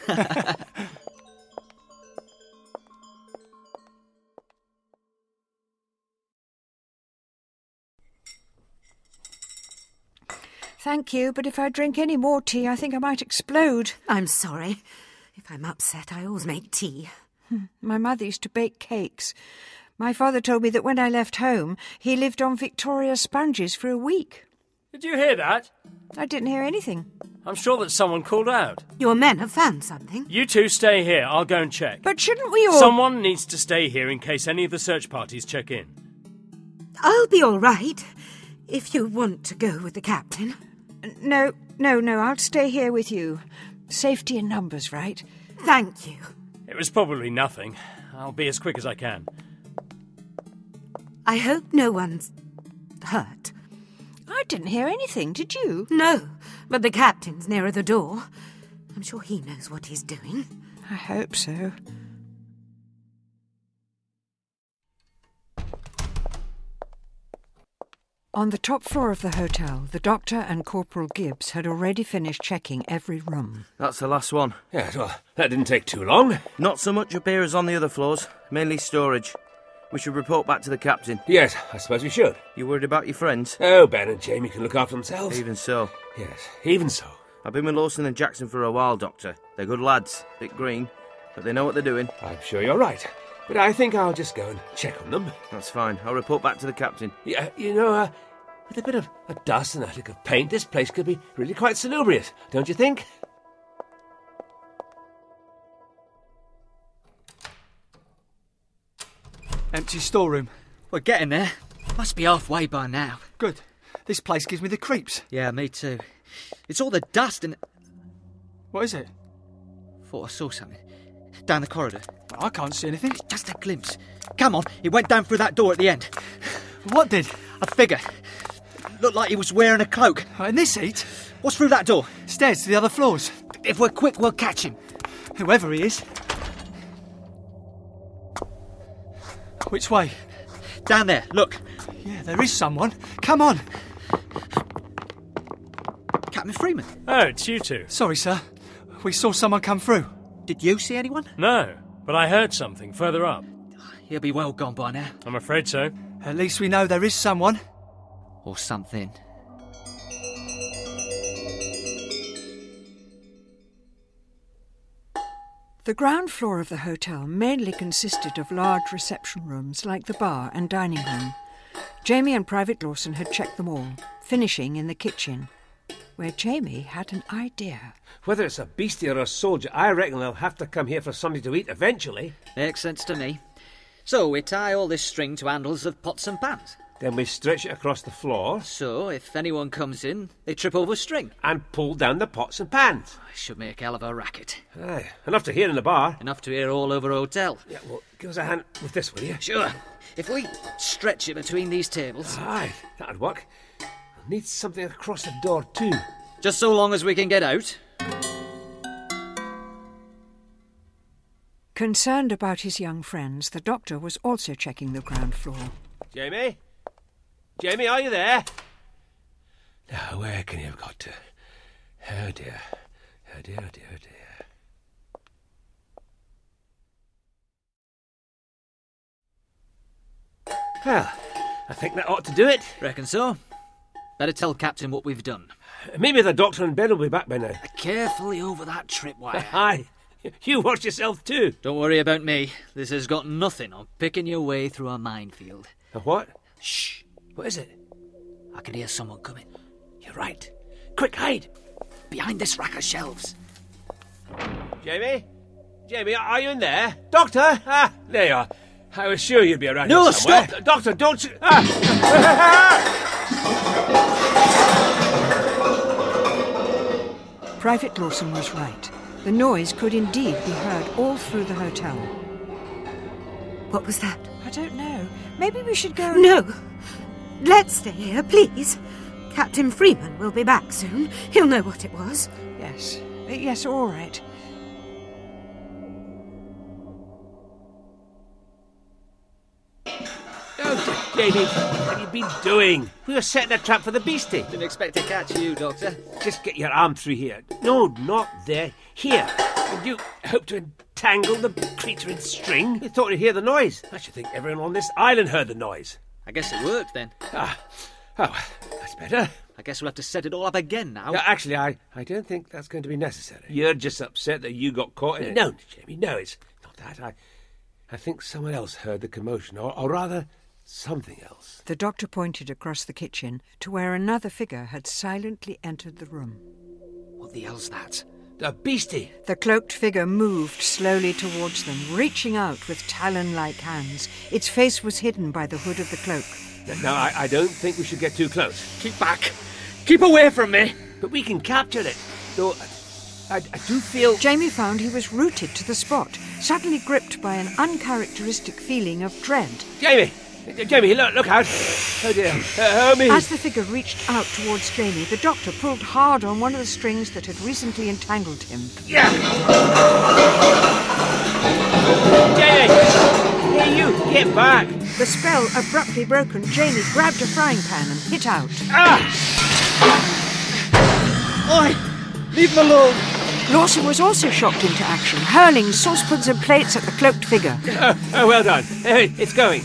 Thank you, but if I drink any more tea, I think I might explode. I'm sorry. If I'm upset, I always make tea. My mother used to bake cakes. My father told me that when I left home, he lived on Victoria sponges for a week. Did you hear that? I didn't hear anything. I'm sure that someone called out. Your men have found something. You two stay here. I'll go and check. But shouldn't we all. Someone needs to stay here in case any of the search parties check in. I'll be all right if you want to go with the captain. No, no, no. I'll stay here with you. Safety in numbers, right? Thank you. It was probably nothing. I'll be as quick as I can. I hope no one's hurt. I didn't hear anything, did you? No, but the captain's nearer the door. I'm sure he knows what he's doing. I hope so. On the top floor of the hotel, the doctor and Corporal Gibbs had already finished checking every room. That's the last one. Yes, well, uh, that didn't take too long. Not so much up here as on the other floors, mainly storage. We should report back to the captain. Yes, I suppose we should. You worried about your friends? Oh, Ben and Jamie can look after themselves. Even so. Yes, even so. I've been with Lawson and Jackson for a while, Doctor. They're good lads, bit green, but they know what they're doing. I'm sure you're right. But I think I'll just go and check on them. That's fine. I'll report back to the captain. Yeah, you know, uh, with a bit of a dust and a lick of paint, this place could be really quite salubrious, don't you think? Empty storeroom. We're getting there. Must be halfway by now. Good. This place gives me the creeps. Yeah, me too. It's all the dust and. What is it? Thought I saw something. Down the corridor. I can't see anything. Just a glimpse. Come on, it went down through that door at the end. What did? A figure. Looked like he was wearing a cloak. Uh, In this heat? What's through that door? Stairs to the other floors. If we're quick, we'll catch him. Whoever he is. Which way? Down there, look. Yeah, there is someone. Come on. Captain Freeman. Oh, it's you two. Sorry, sir. We saw someone come through. Did you see anyone? No, but I heard something further up. He'll be well gone by now. I'm afraid so. At least we know there is someone. Or something. The ground floor of the hotel mainly consisted of large reception rooms like the bar and dining room. Jamie and Private Lawson had checked them all, finishing in the kitchen, where Jamie had an idea. Whether it's a beastie or a soldier, I reckon they'll have to come here for something to eat eventually. Makes sense to me. So we tie all this string to handles of pots and pans. Then we stretch it across the floor So if anyone comes in, they trip over string. and pull down the pots and pans. Should make a hell of a racket. Aye, enough to hear in the bar. Enough to hear all over hotel. Yeah, well, give us a hand with this, will you? Sure. If we stretch it between these tables, Aye, that'd work. I'll need something across the door too. just so long as we can get out. Concerned about his young friends, the doctor was also checking the ground floor. Jamie? Jamie, are you there? Now, where can you have got to? Oh dear. Oh dear, oh dear, oh dear. Well, I think that ought to do it. Reckon so. Better tell Captain what we've done. Maybe the doctor and Ben will be back by now. Carefully over that tripwire. Aye. [LAUGHS] You watch yourself too. [LAUGHS] Don't worry about me. This has got nothing on picking your way through a minefield. A what? Shh. What is it? I can hear someone coming. You're right. Quick, hide. Behind this rack of shelves. Jamie? Jamie, are you in there? Doctor? Ah, there you are. I was sure you'd be around No, here somewhere. stop. Doctor, don't you... Ah. Private Lawson was right. The noise could indeed be heard all through the hotel. What was that? I don't know. Maybe we should go. No. Let's stay here, please. Captain Freeman will be back soon. He'll know what it was. Yes. Eh, Yes, all right. Oh, J- Jamie, what have you been doing? We were setting a trap for the beastie. Didn't expect to catch you, Doctor. Just get your arm through here. No, not there. Here. And you hope to entangle the creature in string? You thought you'd hear the noise. I should think everyone on this island heard the noise. I guess it worked then. Ah, oh, that's better. I guess we'll have to set it all up again now. Uh, actually, I, I don't think that's going to be necessary. You're just upset that you got caught in it. No, Jamie, no, it's not that. I, I think someone else heard the commotion, or, or rather, Something else. The doctor pointed across the kitchen to where another figure had silently entered the room. What the hell's that? A beastie! The cloaked figure moved slowly towards them, reaching out with talon like hands. Its face was hidden by the hood of the cloak. Now, I, I don't think we should get too close. Keep back! Keep away from me! But we can capture it. Though, I, I do feel. Jamie found he was rooted to the spot, suddenly gripped by an uncharacteristic feeling of dread. Jamie! Jamie, look, look out! Oh dear, uh, help me! As the figure reached out towards Jamie, the doctor pulled hard on one of the strings that had recently entangled him. Yeah! Jamie! Hey, you, get back! The spell abruptly broken, Jamie grabbed a frying pan and hit out. Ah! Oi! Leave me alone! Lawson was also shocked into action, hurling saucepans and plates at the cloaked figure. Oh, oh well done. Hey, it's going.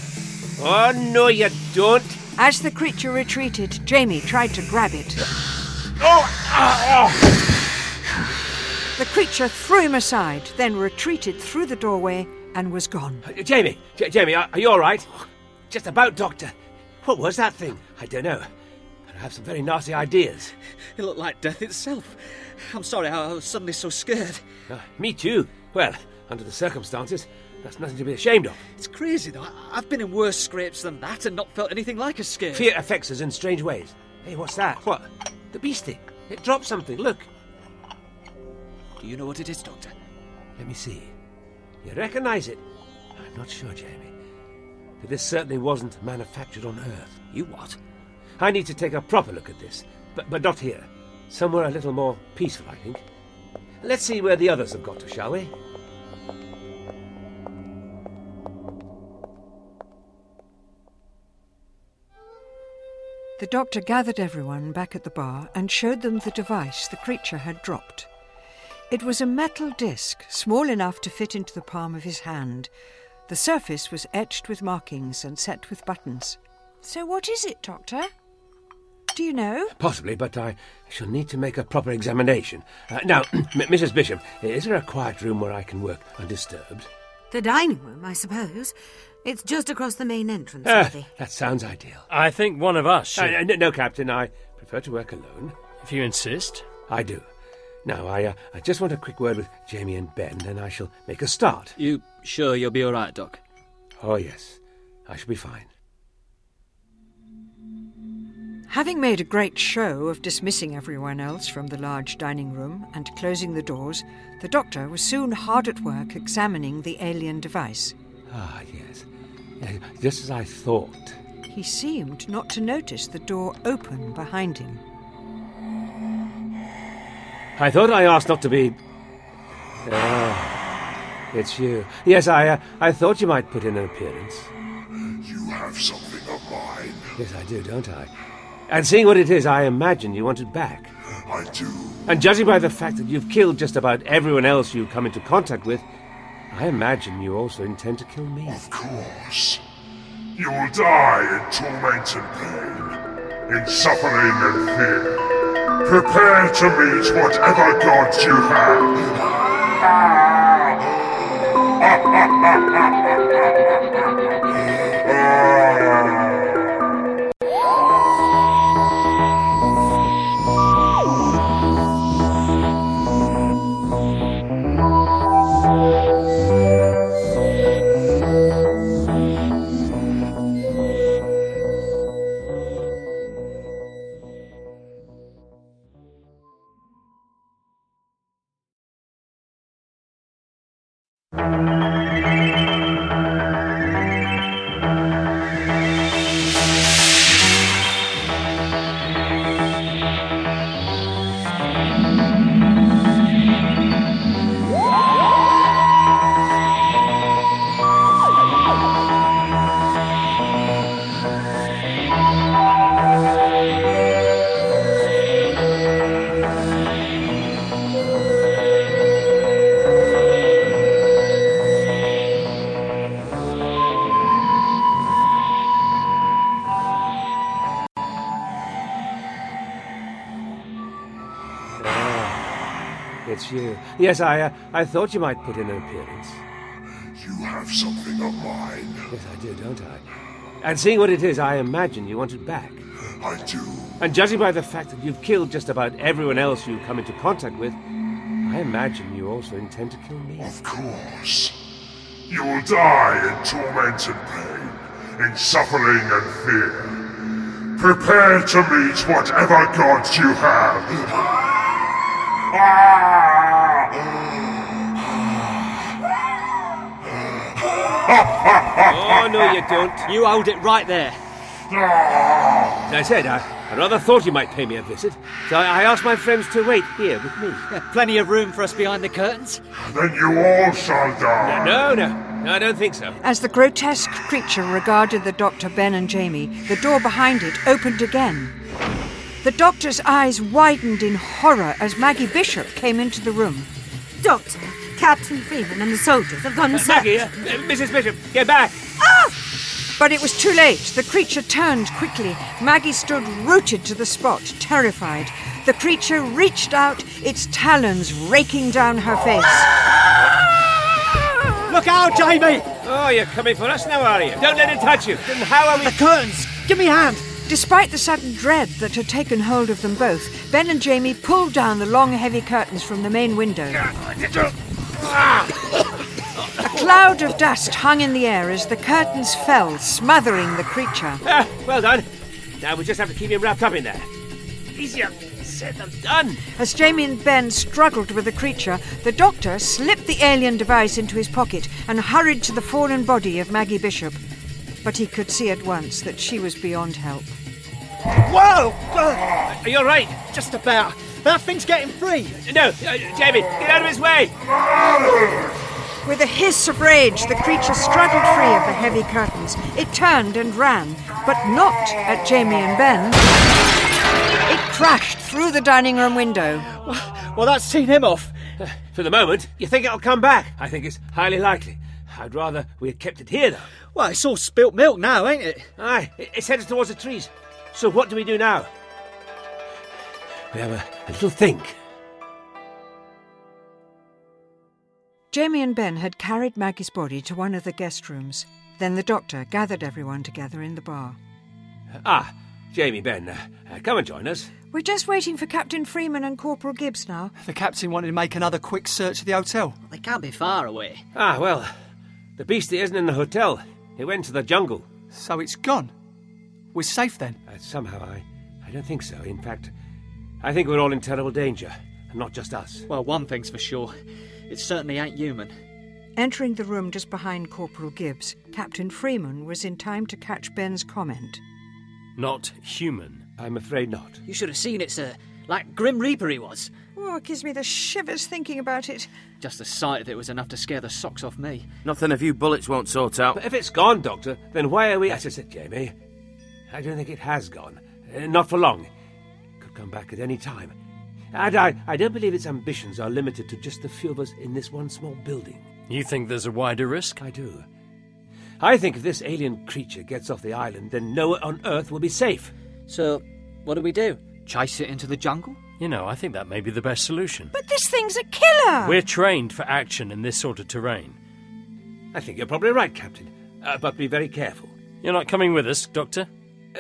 Oh, no, you don't. As the creature retreated, Jamie tried to grab it. Oh, ah, oh. The creature threw him aside, then retreated through the doorway and was gone. Uh, Jamie, J- Jamie, are, are you all right? Just about, Doctor. What was that thing? I don't know. I have some very nasty ideas. It looked like death itself. I'm sorry, I was suddenly so scared. Uh, me too. Well, under the circumstances, that's nothing to be ashamed of. It's crazy, though. I've been in worse scrapes than that and not felt anything like a scare. Fear affects us in strange ways. Hey, what's that? What? The beastie. It dropped something. Look. Do you know what it is, Doctor? Let me see. You recognize it? I'm not sure, Jamie. But this certainly wasn't manufactured on Earth. You what? I need to take a proper look at this. But, but not here. Somewhere a little more peaceful, I think. Let's see where the others have got to, shall we? The doctor gathered everyone back at the bar and showed them the device the creature had dropped. It was a metal disc, small enough to fit into the palm of his hand. The surface was etched with markings and set with buttons. So, what is it, Doctor? Do you know? Possibly, but I shall need to make a proper examination. Uh, now, [CLEARS THROAT] Mrs. Bishop, is there a quiet room where I can work undisturbed? The dining room, I suppose. It's just across the main entrance, uh, That sounds ideal. I think one of us should... uh, no, no, Captain, I prefer to work alone. If you insist. I do. Now, I, uh, I just want a quick word with Jamie and Ben, then I shall make a start. You sure you'll be all right, Doc? Oh, yes. I shall be fine. Having made a great show of dismissing everyone else from the large dining room and closing the doors, the doctor was soon hard at work examining the alien device. Ah, yes. yes. Just as I thought. He seemed not to notice the door open behind him. I thought I asked not to be. Ah, it's you. Yes, I, uh, I thought you might put in an appearance. You have something of mine. Yes, I do, don't I? And seeing what it is, I imagine you want it back. I do. And judging by the fact that you've killed just about everyone else you've come into contact with, I imagine you also intend to kill me. Of course. You will die in torment and pain, in suffering and fear. Prepare to meet whatever god you [LAUGHS] have. Ah, you. Yes, I, uh, I thought you might put in an appearance. You have something of mine. Yes, I do, don't I? And seeing what it is, I imagine you want it back. I do. And judging by the fact that you've killed just about everyone else you come into contact with, I imagine you also intend to kill me. Of course. You will die in torment and pain, in suffering and fear. Prepare to meet whatever gods you have. Ah, oh, no, you don't. You hold it right there. As I said, I, I rather thought you might pay me a visit, so I, I asked my friends to wait here with me. Uh, Plenty of room for us behind the curtains. Then you all shall die. No, no, no, I don't think so. As the grotesque creature regarded the doctor, Ben, and Jamie, the door behind it opened again. The doctor's eyes widened in horror as Maggie Bishop came into the room. Doctor, Captain Freeman and the soldiers have gone Uh, search. Maggie, uh, uh, Mrs. Bishop, get back! But it was too late. The creature turned quickly. Maggie stood rooted to the spot, terrified. The creature reached out, its talons raking down her face. Look out, Jamie! Oh, you're coming for us now, are you? Don't let it touch you. Then how are we? [LAUGHS] The curtains! Give me a hand! Despite the sudden dread that had taken hold of them both, Ben and Jamie pulled down the long, heavy curtains from the main window. A cloud of dust hung in the air as the curtains fell, smothering the creature. Ah, well done. Now we just have to keep him wrapped up in there. Easier said than done. As Jamie and Ben struggled with the creature, the doctor slipped the alien device into his pocket and hurried to the fallen body of Maggie Bishop. But he could see at once that she was beyond help. Whoa! Uh, Are you all right? just about. That thing's getting free. No, uh, Jamie, get out of his way. With a hiss of rage, the creature struggled free of the heavy curtains. It turned and ran, but not at Jamie and Ben. It crashed through the dining room window. Well, that's seen him off. For the moment, you think it'll come back? I think it's highly likely. I'd rather we had kept it here, though. Well, it's all spilt milk now, ain't it? Aye, it- it's headed towards the trees. So what do we do now? We have a, a little think. Jamie and Ben had carried Maggie's body to one of the guest rooms. Then the doctor gathered everyone together in the bar. Ah, Jamie, Ben, uh, uh, come and join us. We're just waiting for Captain Freeman and Corporal Gibbs now. The captain wanted to make another quick search of the hotel. They can't be far away. Ah, well, the beastie isn't in the hotel. It went to the jungle. So it's gone. We're safe then. Uh, somehow, I, I don't think so. In fact, I think we're all in terrible danger, and not just us. Well, one thing's for sure. It certainly ain't human. Entering the room just behind Corporal Gibbs, Captain Freeman was in time to catch Ben's comment. Not human. I'm afraid not. You should have seen it, sir. Like Grim Reaper he was. Oh, it gives me the shivers thinking about it. Just the sight of it was enough to scare the socks off me. Nothing a few bullets won't sort Oh. out. But if it's gone, Doctor, then why are we. That's just it, Jamie. I don't think it has gone. Uh, not for long. Could come back at any time. And I, I don't believe its ambitions are limited to just the few of us in this one small building. You think there's a wider risk? I do. I think if this alien creature gets off the island, then no one on Earth will be safe. So, what do we do? Chase it into the jungle? You know, I think that may be the best solution. But this thing's a killer! We're trained for action in this sort of terrain. I think you're probably right, Captain. Uh, but be very careful. You're not coming with us, Doctor?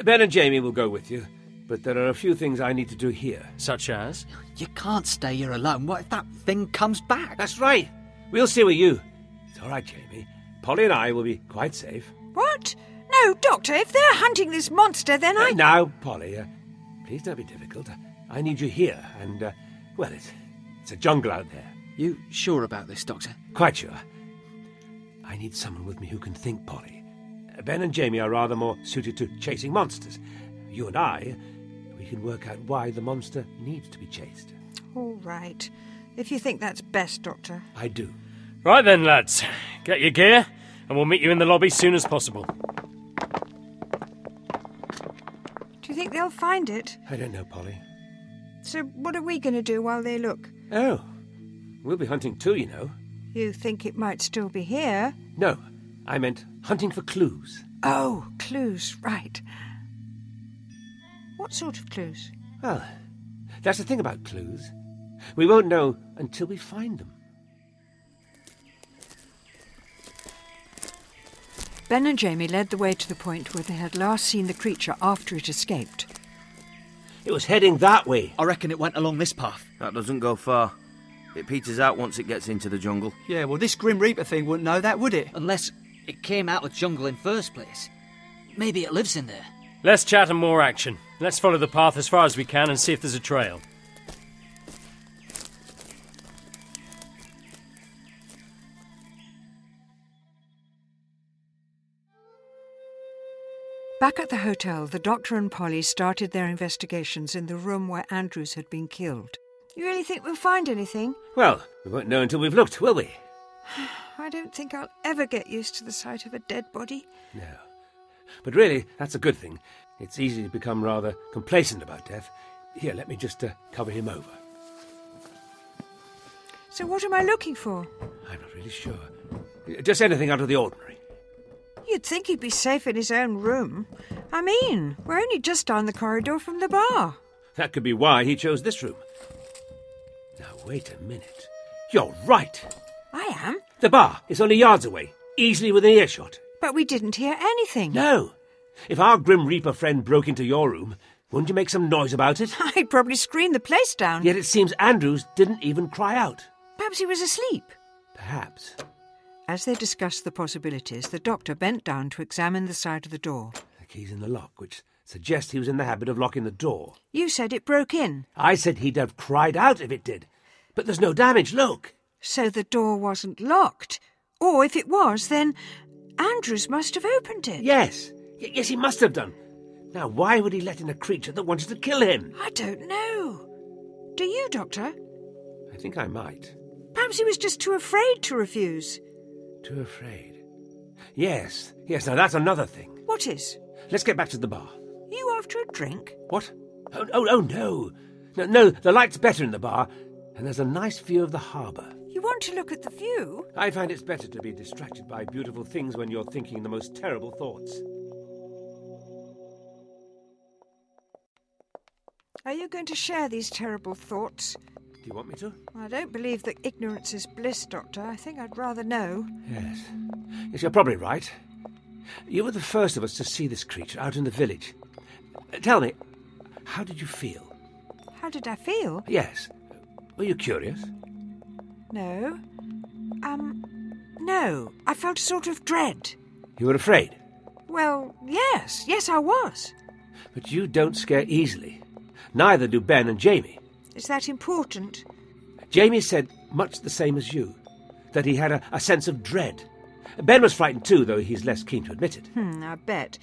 Ben and Jamie will go with you, but there are a few things I need to do here. Such as? You can't stay here alone. What if that thing comes back? That's right. We'll see with you. It's all right, Jamie. Polly and I will be quite safe. What? No, Doctor, if they're hunting this monster, then I. Uh, now, Polly, uh, please don't be difficult. Uh, I need you here, and, uh, well, it's, it's a jungle out there. You sure about this, Doctor? Quite sure. I need someone with me who can think, Polly. Uh, Ben and Jamie are rather more suited to chasing monsters. You and I, we can work out why the monster needs to be chased. All right. If you think that's best, Doctor. I do. Right then, lads. Get your gear, and we'll meet you in the lobby soon as possible. Do you think they'll find it? I don't know, Polly. So, what are we going to do while they look? Oh, we'll be hunting too, you know. You think it might still be here? No, I meant hunting for clues. Oh, clues, right. What sort of clues? Well, that's the thing about clues. We won't know until we find them. Ben and Jamie led the way to the point where they had last seen the creature after it escaped. It was heading that way. I reckon it went along this path. That doesn't go far. It peters out once it gets into the jungle. Yeah, well, this Grim Reaper thing wouldn't know that, would it? Unless it came out of the jungle in first place. Maybe it lives in there. Less chat and more action. Let's follow the path as far as we can and see if there's a trail. Back at the hotel, the doctor and Polly started their investigations in the room where Andrews had been killed. You really think we'll find anything? Well, we won't know until we've looked, will we? I don't think I'll ever get used to the sight of a dead body. No. But really, that's a good thing. It's easy to become rather complacent about death. Here, let me just uh, cover him over. So, what am I looking for? I'm not really sure. Just anything out of the ordinary. You'd think he'd be safe in his own room. I mean, we're only just down the corridor from the bar. That could be why he chose this room. Now, wait a minute. You're right. I am. The bar is only yards away, easily within earshot. But we didn't hear anything. No. If our Grim Reaper friend broke into your room, wouldn't you make some noise about it? [LAUGHS] I'd probably scream the place down. Yet it seems Andrews didn't even cry out. Perhaps he was asleep. Perhaps. As they discussed the possibilities, the doctor bent down to examine the side of the door. The key's in the lock, which suggests he was in the habit of locking the door. You said it broke in. I said he'd have cried out if it did. But there's no damage, look. So the door wasn't locked. Or if it was, then Andrews must have opened it. Yes. Y- yes, he must have done. Now, why would he let in a creature that wanted to kill him? I don't know. Do you, Doctor? I think I might. Perhaps he was just too afraid to refuse. Too afraid? Yes. Yes, now that's another thing. What is? Let's get back to the bar. You after a drink? What? Oh, oh, oh no. No, no, the light's better in the bar, and there's a nice view of the harbour. You want to look at the view? I find it's better to be distracted by beautiful things when you're thinking the most terrible thoughts. Are you going to share these terrible thoughts? Do you want me to? I don't believe that ignorance is bliss, Doctor. I think I'd rather know. Yes. Yes, you're probably right. You were the first of us to see this creature out in the village. Uh, Tell me, how did you feel? How did I feel? Yes. Were you curious? No. Um, no. I felt a sort of dread. You were afraid? Well, yes. Yes, I was. But you don't scare easily. Neither do Ben and Jamie. Is that important? Jamie said much the same as you that he had a, a sense of dread. Ben was frightened too, though he's less keen to admit it. Hmm, I bet.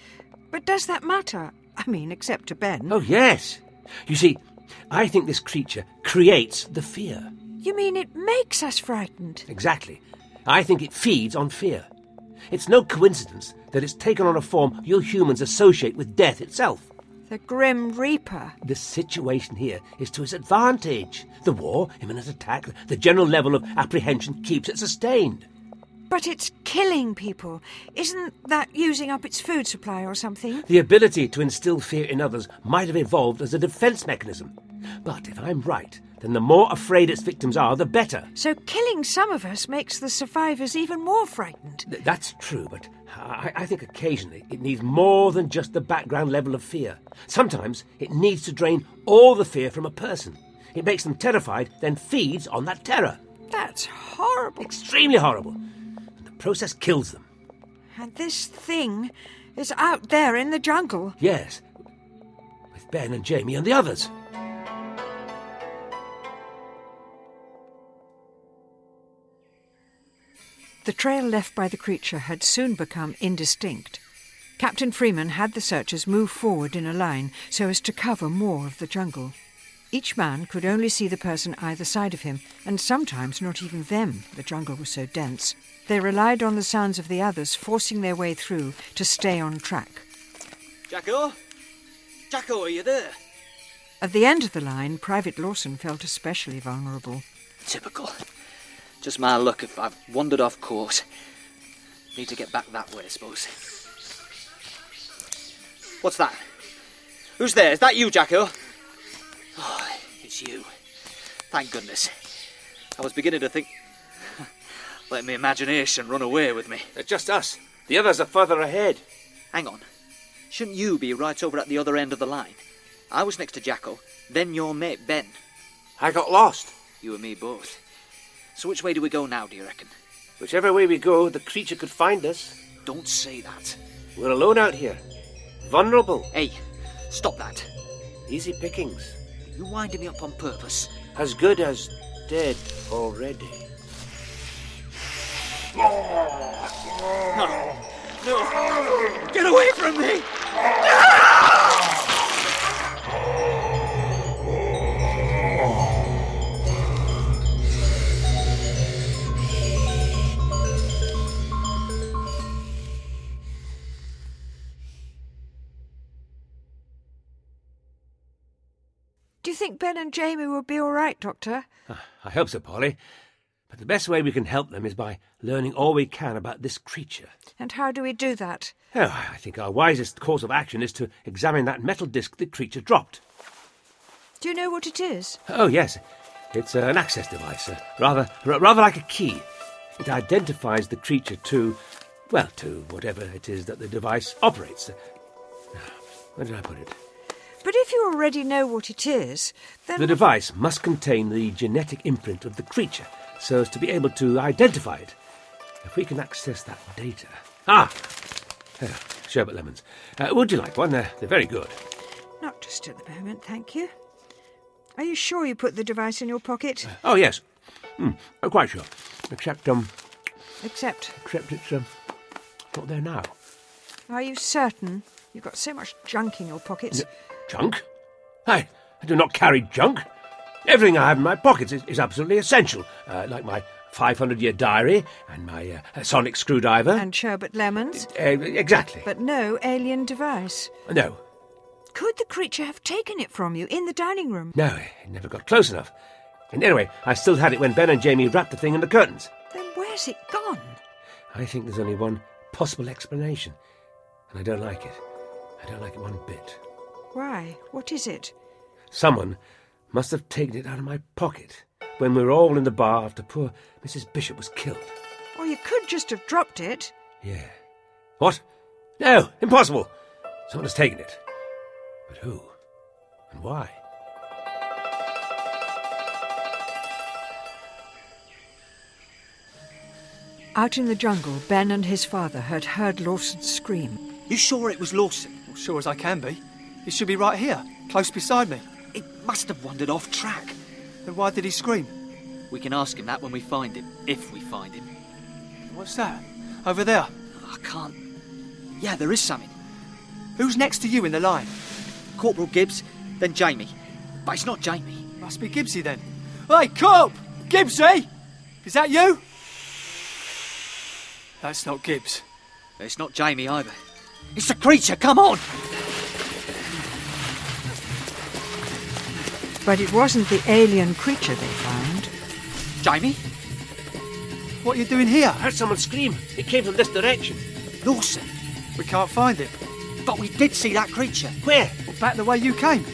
But does that matter? I mean, except to Ben. Oh, yes. You see, I think this creature creates the fear. You mean it makes us frightened? Exactly. I think it feeds on fear. It's no coincidence that it's taken on a form you humans associate with death itself. The Grim Reaper. The situation here is to his advantage. The war, imminent attack, the general level of apprehension keeps it sustained. But it's killing people. Isn't that using up its food supply or something? The ability to instill fear in others might have evolved as a defense mechanism. But if I'm right, then the more afraid its victims are, the better. So killing some of us makes the survivors even more frightened. Th- that's true, but I-, I think occasionally it needs more than just the background level of fear. Sometimes it needs to drain all the fear from a person. It makes them terrified, then feeds on that terror. That's horrible. Extremely horrible. And the process kills them. And this thing is out there in the jungle. Yes. With Ben and Jamie and the others. The trail left by the creature had soon become indistinct. Captain Freeman had the searchers move forward in a line so as to cover more of the jungle. Each man could only see the person either side of him, and sometimes not even them, the jungle was so dense. They relied on the sounds of the others forcing their way through to stay on track. Jacko? Jacko, are you there? At the end of the line, Private Lawson felt especially vulnerable. Typical. Just my luck if I've wandered off course. Need to get back that way, I suppose. What's that? Who's there? Is that you, Jacko? Oh, it's you. Thank goodness. [LAUGHS] I was beginning to think. Let my imagination run away with me. It's just us. Uh, The others are further ahead. Hang on. Shouldn't you be right over at the other end of the line? I was next to Jacko, then your mate Ben. I got lost. You and me both. So which way do we go now, do you reckon? Whichever way we go, the creature could find us. Don't say that. We're alone out here. Vulnerable. Hey, stop that. Easy pickings. You winding me up on purpose. As good as dead already. No. No. Get away from me! Do you think Ben and Jamie will be all right, Doctor? I hope so, Polly. But the best way we can help them is by learning all we can about this creature. And how do we do that? Oh, I think our wisest course of action is to examine that metal disc the creature dropped. Do you know what it is? Oh, yes. It's uh, an access device, uh, rather, r- rather like a key. It identifies the creature to, well, to whatever it is that the device operates. Uh, Where did I put it? But if you already know what it is, then. The device must contain the genetic imprint of the creature so as to be able to identify it. If we can access that data. Ah! Oh, sherbet lemons. Uh, would you like one? They're, they're very good. Not just at the moment, thank you. Are you sure you put the device in your pocket? Oh, yes. Hmm, I'm quite sure. Except, um, Except, except it's, um, not there now. are you certain? You've got so much junk in your pockets. N- junk? I, I do not carry junk. Everything I have in my pockets is, is absolutely essential, uh, like my 500 year diary and my uh, uh, sonic screwdriver. And sherbet lemons. Uh, exactly. But no alien device. No, Could the creature have taken it from you in the dining room? no, it never got close enough. And anyway, I still had it when Ben and Jamie wrapped the thing in the curtains. Then where's it gone? I think there's only one possible explanation, and I don't like it. I don't like it one bit. Why? What is it? Someone must have taken it out of my pocket when we were all in the bar after poor Mrs. Bishop was killed. Or you could just have dropped it. Yeah. What? No, impossible. Someone has taken it. But who? And why? Out in the jungle, Ben and his father had heard Lawson scream. You sure it was Lawson? Well, sure as I can be. He should be right here, close beside me. It must have wandered off track. Then why did he scream? We can ask him that when we find him, if we find him. What's that? Over there. I can't. Yeah, there is something. Who's next to you in the line? Corporal Gibbs, then Jamie. But it's not Jamie. Must be Gibbsy then. Hey, Corp! Gibbsy! Is that you? That's not Gibbs. It's not Jamie either. It's the creature, come on! But it wasn't the alien creature they found. Jamie? What are you doing here? I heard someone scream. It came from this direction. Lawson? We can't find him. But we did see that creature. Where? Back the way you came.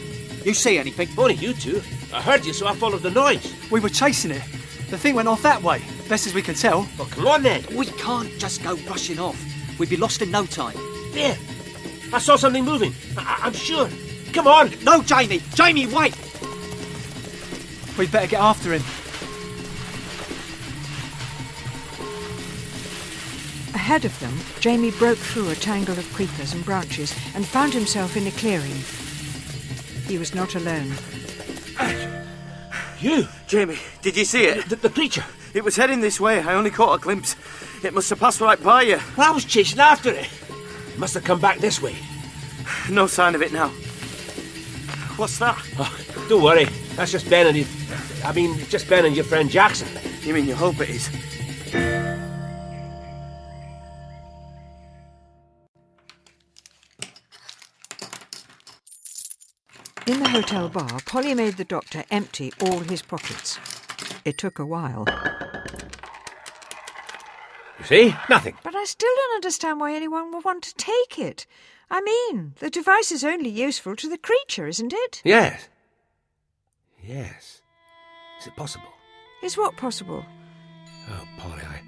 You see anything? Only you two. I heard you, so I followed the noise. We were chasing it. The thing went off that way, best as we can tell. Well, Oh, come on then. We can't just go rushing off. We'd be lost in no time. There. I saw something moving. I- I- am sure. Come on. No, Jamie! Jamie, wait! We'd better get after him. Ahead of them, Jamie broke through a tangle of creepers and branches and found himself in a clearing. He was not alone. You. Jamie, did you see it? Uh, The, the creature. It was heading this way. I only caught a glimpse. It must have passed right by you. Well, I was chasing after it. Must have come back this way. No sign of it now. What's that? Oh, don't worry. That's just Ben and his. I mean, it's just Ben and your friend Jackson. You mean you hope it is? In the hotel bar, Polly made the doctor empty all his pockets. It took a while. You see? Nothing. But I still don't understand why anyone would want to take it. I mean, the device is only useful to the creature, isn't it? Yes. Yes. Is it possible? Is what possible? Oh, Polly, I.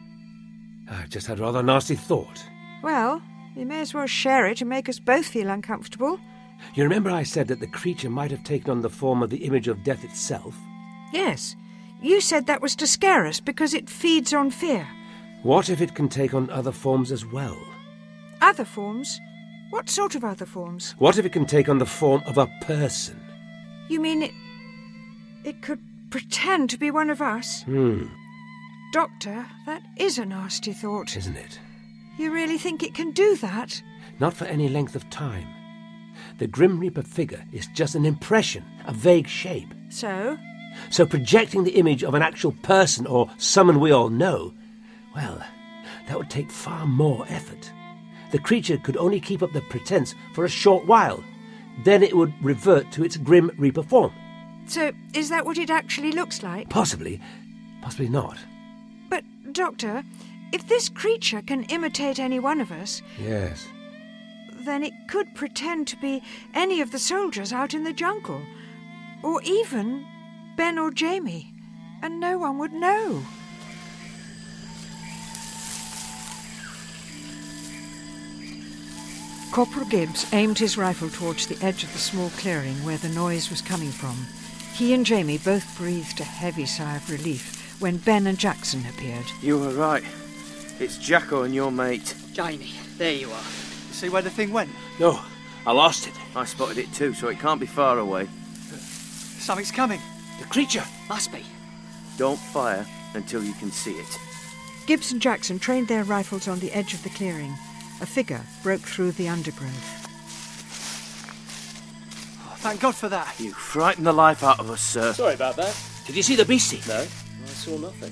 I've just had a rather nasty thought. Well, you may as well share it and make us both feel uncomfortable. You remember I said that the creature might have taken on the form of the image of death itself? Yes. You said that was to scare us because it feeds on fear. What if it can take on other forms as well? Other forms? What sort of other forms? What if it can take on the form of a person? You mean it. it could pretend to be one of us? Hmm, Doctor, that is a nasty thought. isn't it? You really think it can do that? Not for any length of time. The Grim Reaper figure is just an impression, a vague shape. So? So projecting the image of an actual person or someone we all know, well, that would take far more effort. The creature could only keep up the pretense for a short while. Then it would revert to its grim reaper form. So, is that what it actually looks like? Possibly, possibly not. But, Doctor, if this creature can imitate any one of us, Yes. then it could pretend to be any of the soldiers out in the jungle. Or even Ben or Jamie. And no one would know. Corporal Gibbs aimed his rifle towards the edge of the small clearing where the noise was coming from. He and Jamie both breathed a heavy sigh of relief when Ben and Jackson appeared. You were right. It's Jacko and your mate. Jamie, there you are. See where the thing went? No, I lost it. I spotted it too, so it can't be far away. Something's coming. The creature. Must be. Don't fire until you can see it. Gibbs and Jackson trained their rifles on the edge of the clearing. A figure broke through the undergrowth. Thank God for that. You frightened the life out of us, sir. Sorry about that. Did you see the beastie? No, I saw nothing.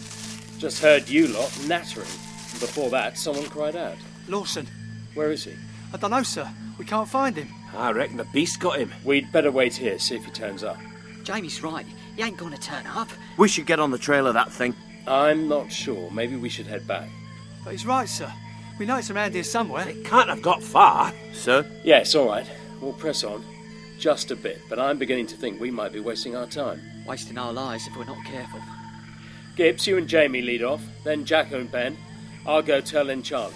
Just heard you lot nattering. And before that, someone cried out. Lawson. Where is he? I don't know, sir. We can't find him. I reckon the beast got him. We'd better wait here, see if he turns up. Jamie's right. He ain't going to turn up. We should get on the trail of that thing. I'm not sure. Maybe we should head back. But he's right, sir. We know it's around here somewhere. It can't have got far. Sir? Yes, all right. We'll press on. Just a bit, but I'm beginning to think we might be wasting our time. Wasting our lives if we're not careful. Gibbs, you and Jamie lead off, then Jacko and Ben. I'll go tell in Charlie.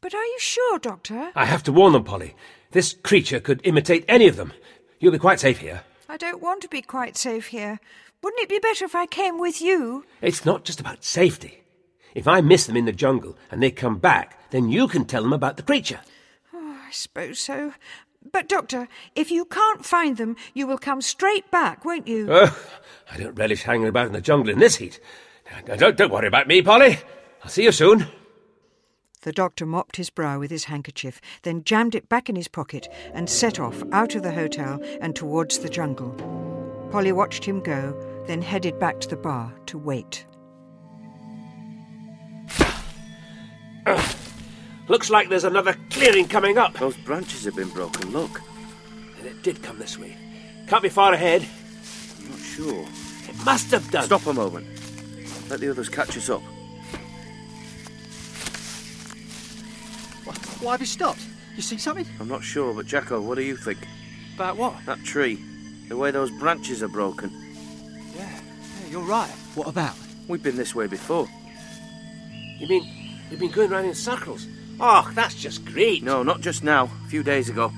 But are you sure, Doctor? I have to warn them, Polly. This creature could imitate any of them. You'll be quite safe here. I don't want to be quite safe here. Wouldn't it be better if I came with you? It's not just about safety. If I miss them in the jungle and they come back, then you can tell them about the creature. Oh, I suppose so. But, Doctor, if you can't find them, you will come straight back, won't you? Oh, I don't relish hanging about in the jungle in this heat. Now, Don't, don't worry about me, Polly. I'll see you soon. The doctor mopped his brow with his handkerchief, then jammed it back in his pocket and set off out of the hotel and towards the jungle. Polly watched him go, then headed back to the bar to wait. Looks like there's another clearing coming up. Those branches have been broken, look. And it did come this way. Can't be far ahead. I'm not sure. It must have done. Stop a moment. Let the others catch us up. Why have you stopped? You see something? I'm not sure, but Jacko, what do you think? About what? That tree. The way those branches are broken. Yeah, you're right. What about? We've been this way before. You mean they've been going round in circles? Oh, that's just great. No, not just now. A few days ago.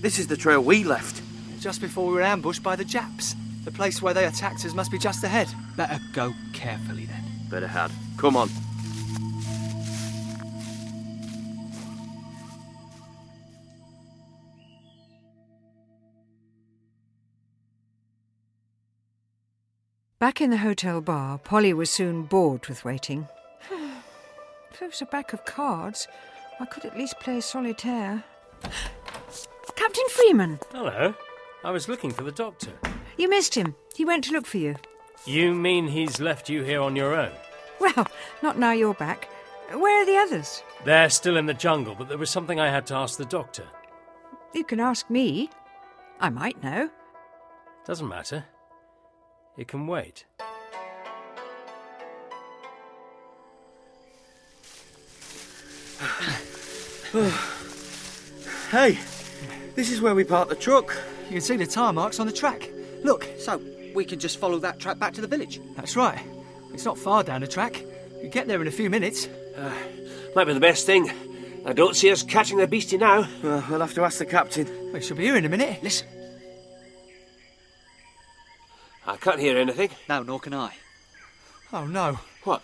This is the trail we left. Just before we were ambushed by the Japs. The place where they attacked us must be just ahead. Better go carefully then. Better had. Come on. Back in the hotel bar, Polly was soon bored with [SIGHS] waiting. If it was a pack of cards, I could at least play solitaire. Captain Freeman, Hello. I was looking for the doctor. you missed him. He went to look for you. You mean he's left you here on your own? Well, not now you're back. Where are the others? They're still in the jungle, but there was something I had to ask the doctor. You can ask me. I might know. Doesn't matter. It can wait. hey, this is where we parked the truck. You can see the tyre marks on the track. Look. So, we can just follow that track back to the village. That's right. It's not far down the track. You get there in a few minutes. Uh, might be the best thing. I don't see us catching the beastie now. Uh, we'll have to ask the captain. We shall be here in a minute. Listen. I can't hear anything. No, nor can I. Oh, no. What?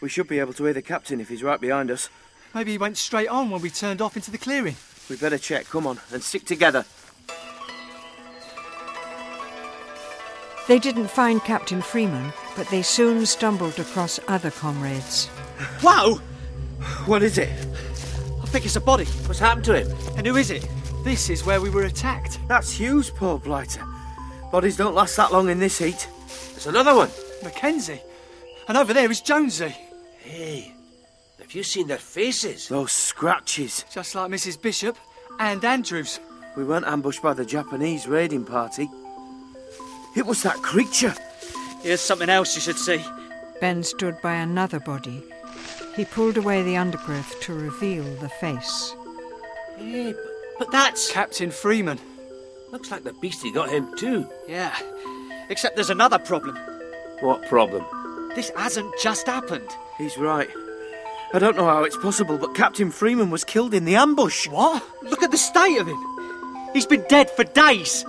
We should be able to hear the captain if he's right behind us. Maybe he went straight on when we turned off into the clearing. We better check. Come on, and stick together. They didn't find Captain Freeman, but they soon stumbled across other comrades. Wow! What is it? I think it's a body. What's happened to him? And who is it? This is where we were attacked. That's Hughes, poor blighter. Bodies don't last that long in this heat. There's another one. Mackenzie. And over there is Jonesy. Hey, have you seen their faces? Those scratches. Just like Mrs. Bishop and Andrews. We weren't ambushed by the Japanese raiding party. It was that creature. Here's something else you should see. Ben stood by another body. He pulled away the undergrowth to reveal the face. Hey, but, but that's. Captain Freeman. Looks like the beastie got him too. Yeah, except there's another problem. What problem? This hasn't just happened. He's right. I don't know how it's possible, but Captain Freeman was killed in the ambush. What? Look at the state of him. He's been dead for days.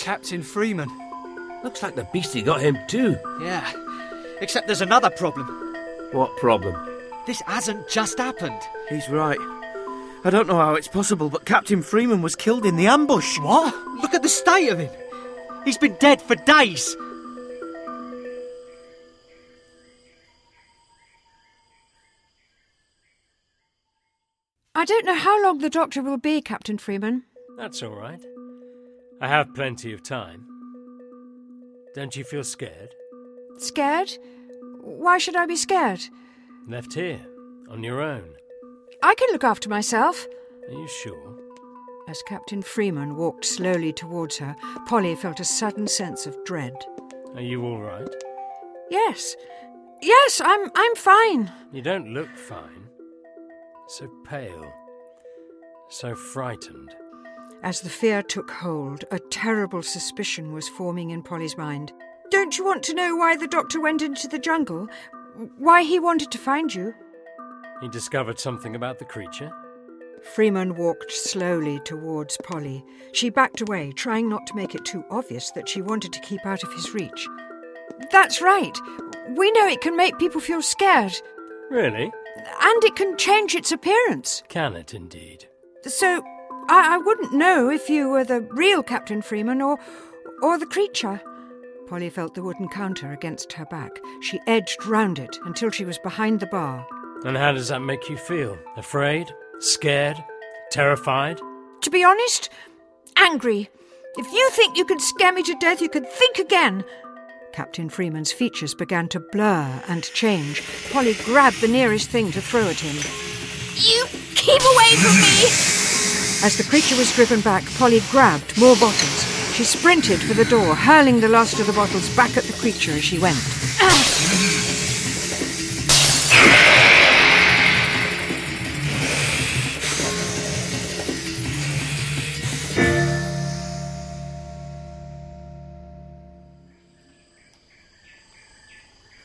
Captain Freeman. Looks like the beastie got him too. Yeah, except there's another problem. What problem? This hasn't just happened. He's right. I don't know how it's possible, but Captain Freeman was killed in the ambush. What? Look at the state of him. He's been dead for days. I don't know how long the doctor will be, Captain Freeman. That's all right. I have plenty of time. Don't you feel scared? Scared? Why should I be scared? Left here, on your own. I can look after myself. Are you sure? As Captain Freeman walked slowly towards her, Polly felt a sudden sense of dread. Are you all right? Yes. Yes, I'm I'm fine. You don't look fine. So pale. So frightened. As the fear took hold, a terrible suspicion was forming in Polly's mind. Don't you want to know why the doctor went into the jungle? Why he wanted to find you? He discovered something about the creature. Freeman walked slowly towards Polly. She backed away, trying not to make it too obvious that she wanted to keep out of his reach. That's right. We know it can make people feel scared. Really? And it can change its appearance. Can it indeed? So, I, I, wouldn't know if you were the real Captain Freeman or, or the creature. Polly felt the wooden counter against her back. She edged round it until she was behind the bar. And how does that make you feel? Afraid? Scared? Terrified? To be honest, angry. If you think you can scare me to death, you can think again. Captain Freeman's features began to blur and change. Polly grabbed the nearest thing to throw at him. You keep away from me! As the creature was driven back, Polly grabbed more bottles. She sprinted for the door, hurling the last of the bottles back at the creature as she went.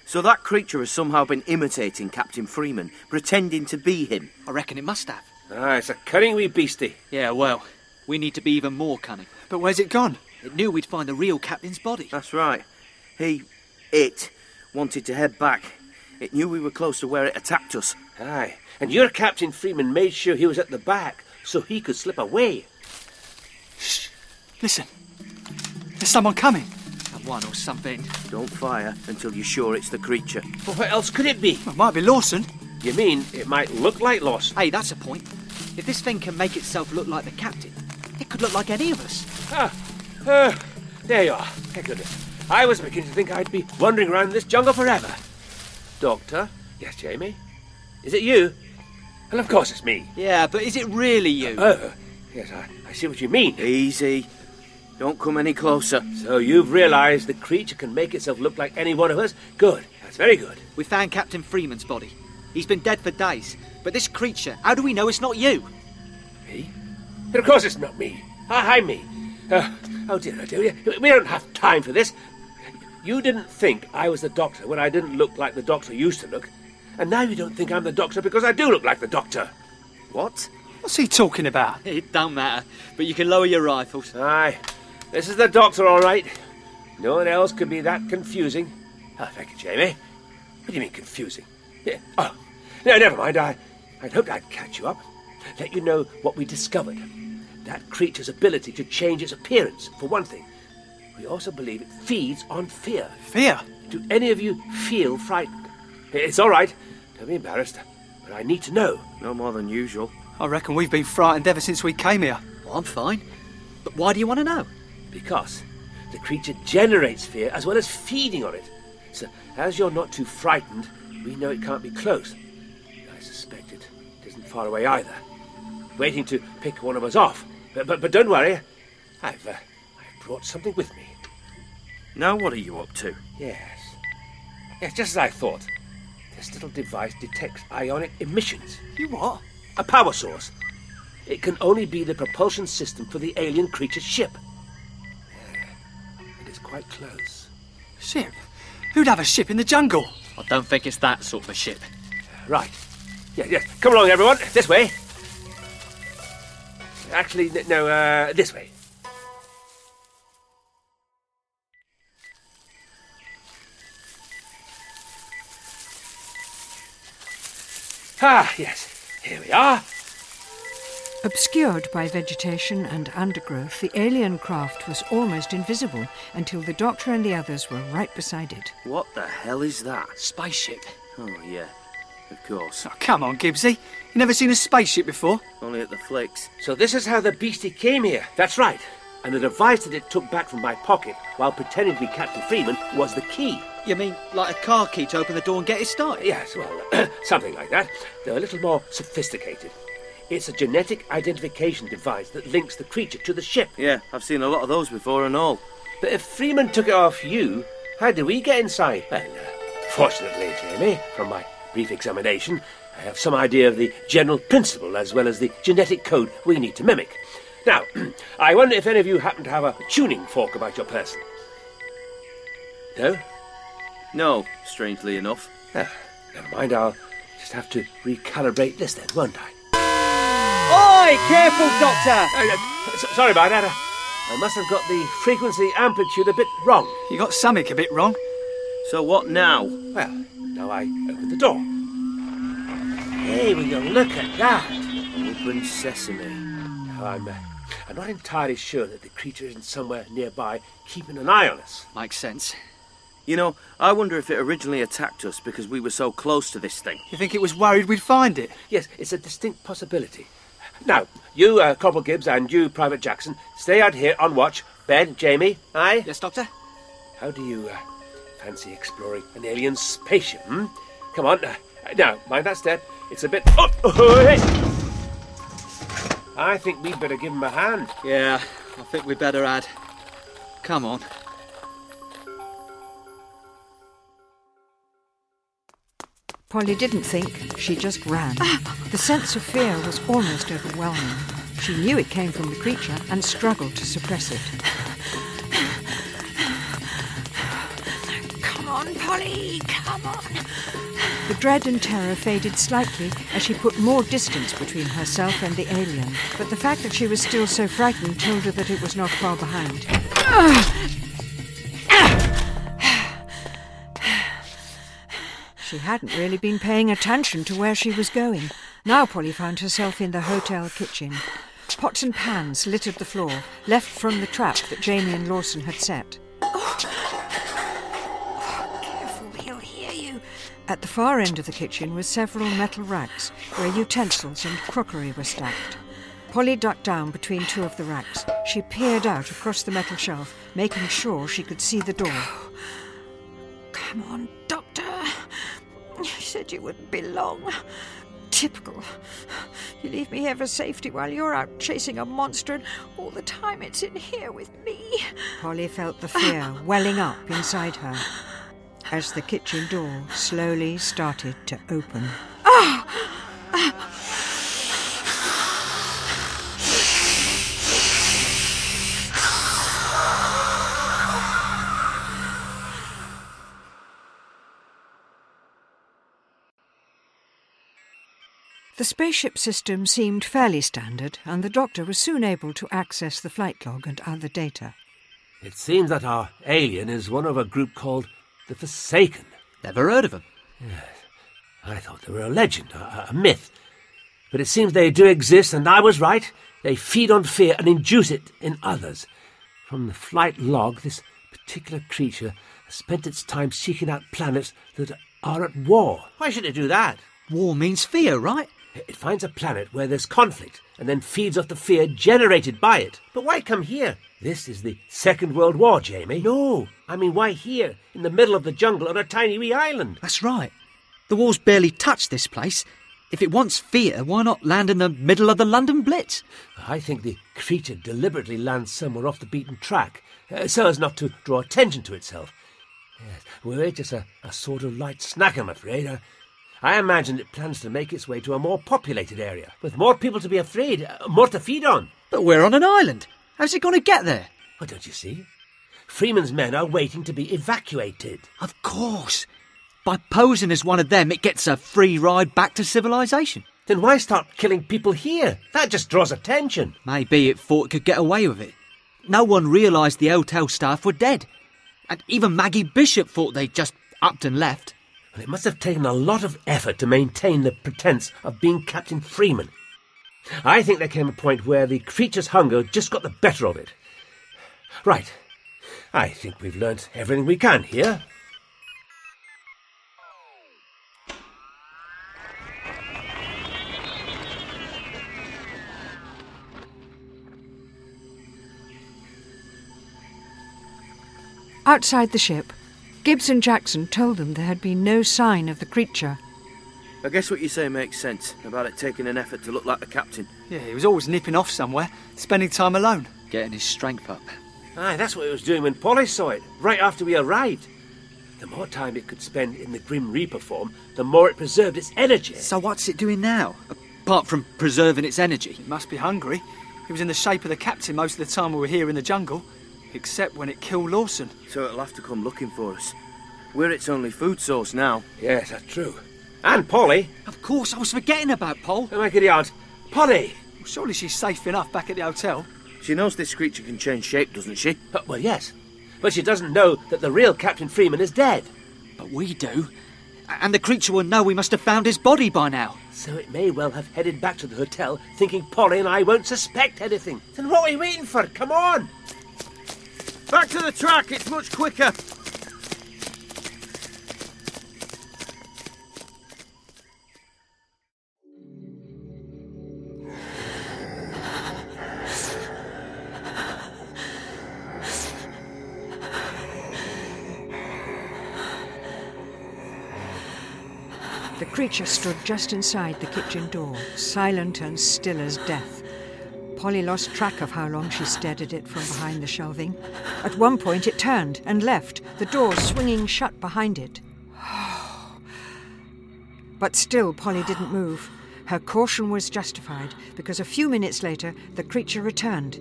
So that creature has somehow been imitating Captain Freeman, pretending to be him. I reckon it must have. Ah, it's a cunning wee beastie. Yeah, well, we need to be even more cunning. But where's it gone? It knew we'd find the real captain's body. That's right. He, it, wanted to head back. It knew we were close to where it attacked us. Aye, and your Captain Freeman made sure he was at the back so he could slip away. Shh! Listen. There's someone coming. Someone or something. Don't fire until you're sure it's the creature. Well, what else could it be? It might be Lawson. You mean it might look like Lawson? Hey, that's a point. If this thing can make itself look like the captain, it could look like any of us. Ah, uh, there you are. Thank goodness. I was beginning to think I'd be wandering around this jungle forever. Doctor? Yes, Jamie? Is it you? Well, of course it's me. Yeah, but is it really you? Oh, uh, yes, I, I see what you mean. Easy. Don't come any closer. So you've realised the creature can make itself look like any one of us? Good. That's very good. We found Captain Freeman's body. He's been dead for days. But this creature, how do we know it's not you? [LAUGHS] Me? But of course it's not me. Ah, Hi, me. Oh, oh dear, oh dear. We don't have time for this. You didn't think I was the doctor when I didn't look like the doctor used to look. And now you don't think I'm the doctor because I do look like the doctor. What? What's he talking about? It don't matter, but you can lower your rifles. Aye. This is the doctor, all right. No one else could be that confusing. Oh, thank you, Jamie. What do you mean confusing? Yeah. Oh, no, never mind. I, I'd hoped I'd catch you up, let you know what we discovered. That creature's ability to change its appearance, for one thing. We also believe it feeds on fear. Fear? Do any of you feel frightened? It's all right. Don't be embarrassed. But I need to know. No more than usual. I reckon we've been frightened ever since we came here. Well, I'm fine. But why do you want to know? Because the creature generates fear as well as feeding on it. So, as you're not too frightened, we know it can't be close. I suspect it isn't far away either. Waiting to pick one of us off. But, but, but don't worry. I've. Uh, brought something with me. Now, what are you up to? Yes. Yes, just as I thought. This little device detects ionic emissions. You what? A power source. It can only be the propulsion system for the alien creature's ship. Yeah. It is quite close. Ship? Who'd have a ship in the jungle? I don't think it's that sort of a ship. Right. Yeah, yeah. Come along, everyone. This way. Actually, no, uh, this way. Ah, yes, here we are. Obscured by vegetation and undergrowth, the alien craft was almost invisible until the doctor and the others were right beside it. What the hell is that? Spaceship. Oh, yeah, of course. Oh, come on, Gibbsy. You never seen a spaceship before? Only at the flicks. So, this is how the beastie came here. That's right. And the device that it took back from my pocket while pretending to be Captain Freeman was the key. You mean like a car key to open the door and get it started? Oh, Yes, well, [CLEARS THROAT] something like that, though a little more sophisticated. It's a genetic identification device that links the creature to the ship. Yeah, I've seen a lot of those before and all. But if Freeman took it off you, how do we get inside? Well, uh, fortunately, Jamie, from my brief examination, I have some idea of the general principle as well as the genetic code we need to mimic. Now, [CLEARS THROAT] I wonder if any of you happen to have a tuning fork about your person. No? No, strangely enough. Ah, never mind, I'll just have to recalibrate this then, won't I? Oi! Careful, Doctor! Uh, uh, so, sorry about that. Uh, I must have got the frequency amplitude a bit wrong. You got something a bit wrong. So what now? Well, now I open the door. Hey, we go. Look at that. Open sesame. Now I'm, uh, I'm not entirely sure that the creature isn't somewhere nearby keeping an eye on us. Makes sense. You know, I wonder if it originally attacked us because we were so close to this thing. You think it was worried we'd find it? Yes, it's a distinct possibility. Now, you, uh, Corporal Gibbs, and you, Private Jackson, stay out here on watch. Ben, Jamie, I. Yes, Doctor? How do you uh, fancy exploring an alien spaceship, hmm? Come on. Uh, now, mind that step. It's a bit. Oh, oh hey. I think we'd better give him a hand. Yeah, I think we better add. Come on. Polly didn't think, she just ran. The sense of fear was almost overwhelming. She knew it came from the creature and struggled to suppress it. Come on, on, Polly, come on. The dread and terror faded slightly as she put more distance between herself and the alien, but the fact that she was still so frightened told her that it was not far behind. She hadn't really been paying attention to where she was going. Now Polly found herself in the hotel kitchen. Pots and pans littered the floor, left from the trap that Jamie and Lawson had set. Oh. oh. careful, he'll hear you. At the far end of the kitchen were several metal racks where utensils and crockery were stacked. Polly ducked down between two of the racks. She peered out across the metal shelf, making sure she could see the door. Come on, Doctor. You said you wouldn't be long typical. You leave me here for safety while you're out chasing a monster, and all the time it's in here with me. Polly felt [SIGHS] the fear welling up inside her as the kitchen door slowly started to open. Oh! The spaceship system seemed fairly standard, and the doctor was soon able to access the flight log and other data. It seems that our alien is one of a group called the Forsaken. Never heard of them. Yes. I thought they were a legend, a, a myth. But it seems they do exist, and I was right. They feed on fear and induce it in others. From the flight log, this particular creature has spent its time seeking out planets that are at war. Why should it do that? War means fear, right? It finds a planet where there's conflict and then feeds off the fear generated by it. But why come here? This is the Second World War, Jamie. No, I mean, why here? In the middle of the jungle on a tiny wee island. That's right. The war's barely touched this place. If it wants fear, why not land in the middle of the London Blitz? I think the creature deliberately lands somewhere off the beaten track, uh, so as not to draw attention to itself. Yes, we're just a, a sort of light snack, I'm afraid. Uh, I imagine it plans to make its way to a more populated area, with more people to be afraid, uh, more to feed on. But we're on an island. How's it going to get there? Oh, don't you see? Freeman's men are waiting to be evacuated. Of course. By posing as one of them, it gets a free ride back to civilization. Then why start killing people here? That just draws attention. Maybe it thought it could get away with it. No one realised the hotel staff were dead. And even Maggie Bishop thought they'd just upped and left. Well, it must have taken a lot of effort to maintain the pretense of being Captain Freeman. I think there came a point where the creature's hunger just got the better of it. Right. I think we've learnt everything we can here. Outside the ship, Gibson Jackson told them there had been no sign of the creature. I guess what you say makes sense about it taking an effort to look like the captain. Yeah, he was always nipping off somewhere, spending time alone. Getting his strength up. Aye, that's what it was doing when Polly saw it, right after we arrived. The more time it could spend in the Grim Reaper form, the more it preserved its energy. So what's it doing now, apart from preserving its energy? It must be hungry. It was in the shape of the captain most of the time we were here in the jungle except when it killed Lawson. So it'll have to come looking for us. We're its only food source now. Yes, that's true. And Polly. Of course, I was forgetting about Paul. Oh, my goody aunt. Polly! Well, surely she's safe enough back at the hotel. She knows this creature can change shape, doesn't she? Uh, well, yes. But she doesn't know that the real Captain Freeman is dead. But we do. And the creature will know we must have found his body by now. So it may well have headed back to the hotel, thinking Polly and I won't suspect anything. Then what are we waiting for? Come on! Back to the track, it's much quicker. The creature stood just inside the kitchen door, silent and still as death. Polly lost track of how long she stared at it from behind the shelving. At one point, it turned and left, the door swinging shut behind it. [SIGHS] But still, Polly didn't move. Her caution was justified because a few minutes later, the creature returned.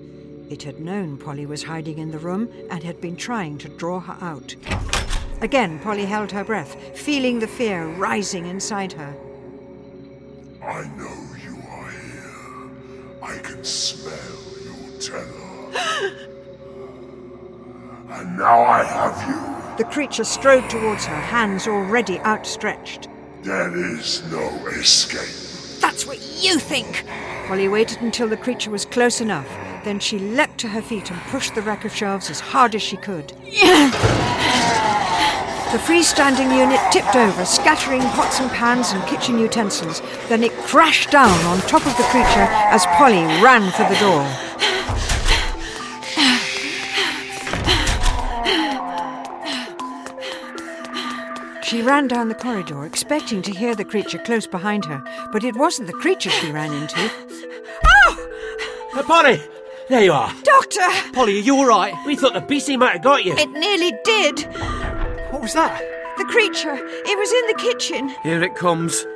It had known Polly was hiding in the room and had been trying to draw her out. Again, Polly held her breath, feeling the fear rising inside her. I know you are here. I can smell your terror. and now I have you. The creature strode towards her, hands already outstretched. There is no escape. That's what you think! Polly waited until the creature was close enough. Then she leapt to her feet and pushed the rack of shelves as hard as she could. the freestanding unit tipped over, scattering pots and pans and kitchen utensils. Then it crashed down on top of the creature as Polly ran for the door. She ran down the corridor, expecting to hear the creature close behind her, but it wasn't the creature she ran into. Uh, Polly! There you are. Doctor! Polly, are you all right? We thought the beastie might have got you. It nearly did. What was that? The creature. It was in the kitchen. Here it comes.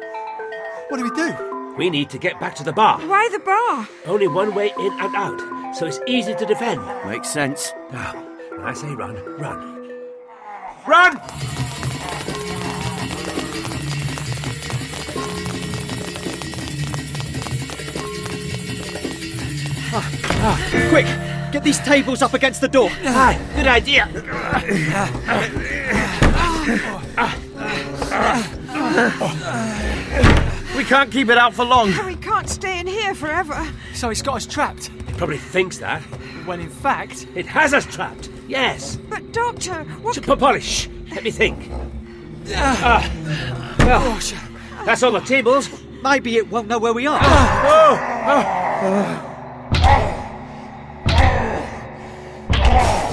What do we do? We need to get back to the bar. Why the bar? Only one way in and out, so it's easy to defend. Makes sense. Now, when I say run, run. Run! Quick, get these tables up against the door. Ah. Aye, good idea. We can't keep it out for long. We can't stay in here forever. So it's got us trapped. It probably thinks that. When in fact, It has us trapped. Yes. But, Doctor, what. Sh- po- Polly, shh. Let me think. Ah, well, that's all the tables. Maybe it won't know where we are.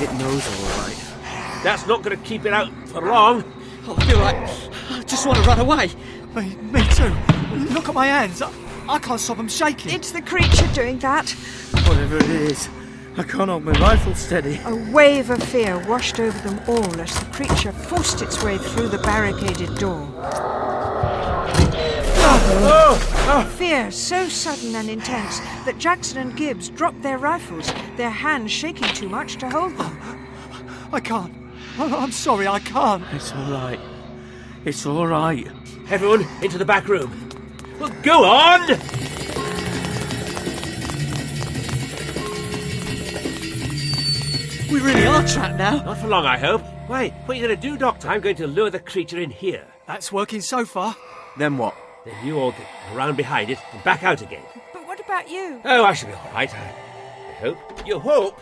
It knows all right. That's not going to keep it out for long. Oh, I feel like I just want to run away. me, me too. Look at my hands. I, I can't stop them shaking. It's the creature doing that. Whatever it is, I can't hold my rifle steady. A wave of fear washed over them all as the creature forced its way through the barricaded door. Fear so sudden and intense that Jackson and Gibbs dropped their rifles, their hands shaking too much to hold them. I can't. I, I'm sorry, I can't. It's all right. It's all right. Everyone into the back room. Well, go on! We really are trapped now. Not for long, I hope. Why, what are you going to do, Doctor? I'm going to lure the creature in here. That's working so far. Then what? Then you all get around behind it and back out again. But what about you? Oh, I shall be all right. I, I hope. You hope?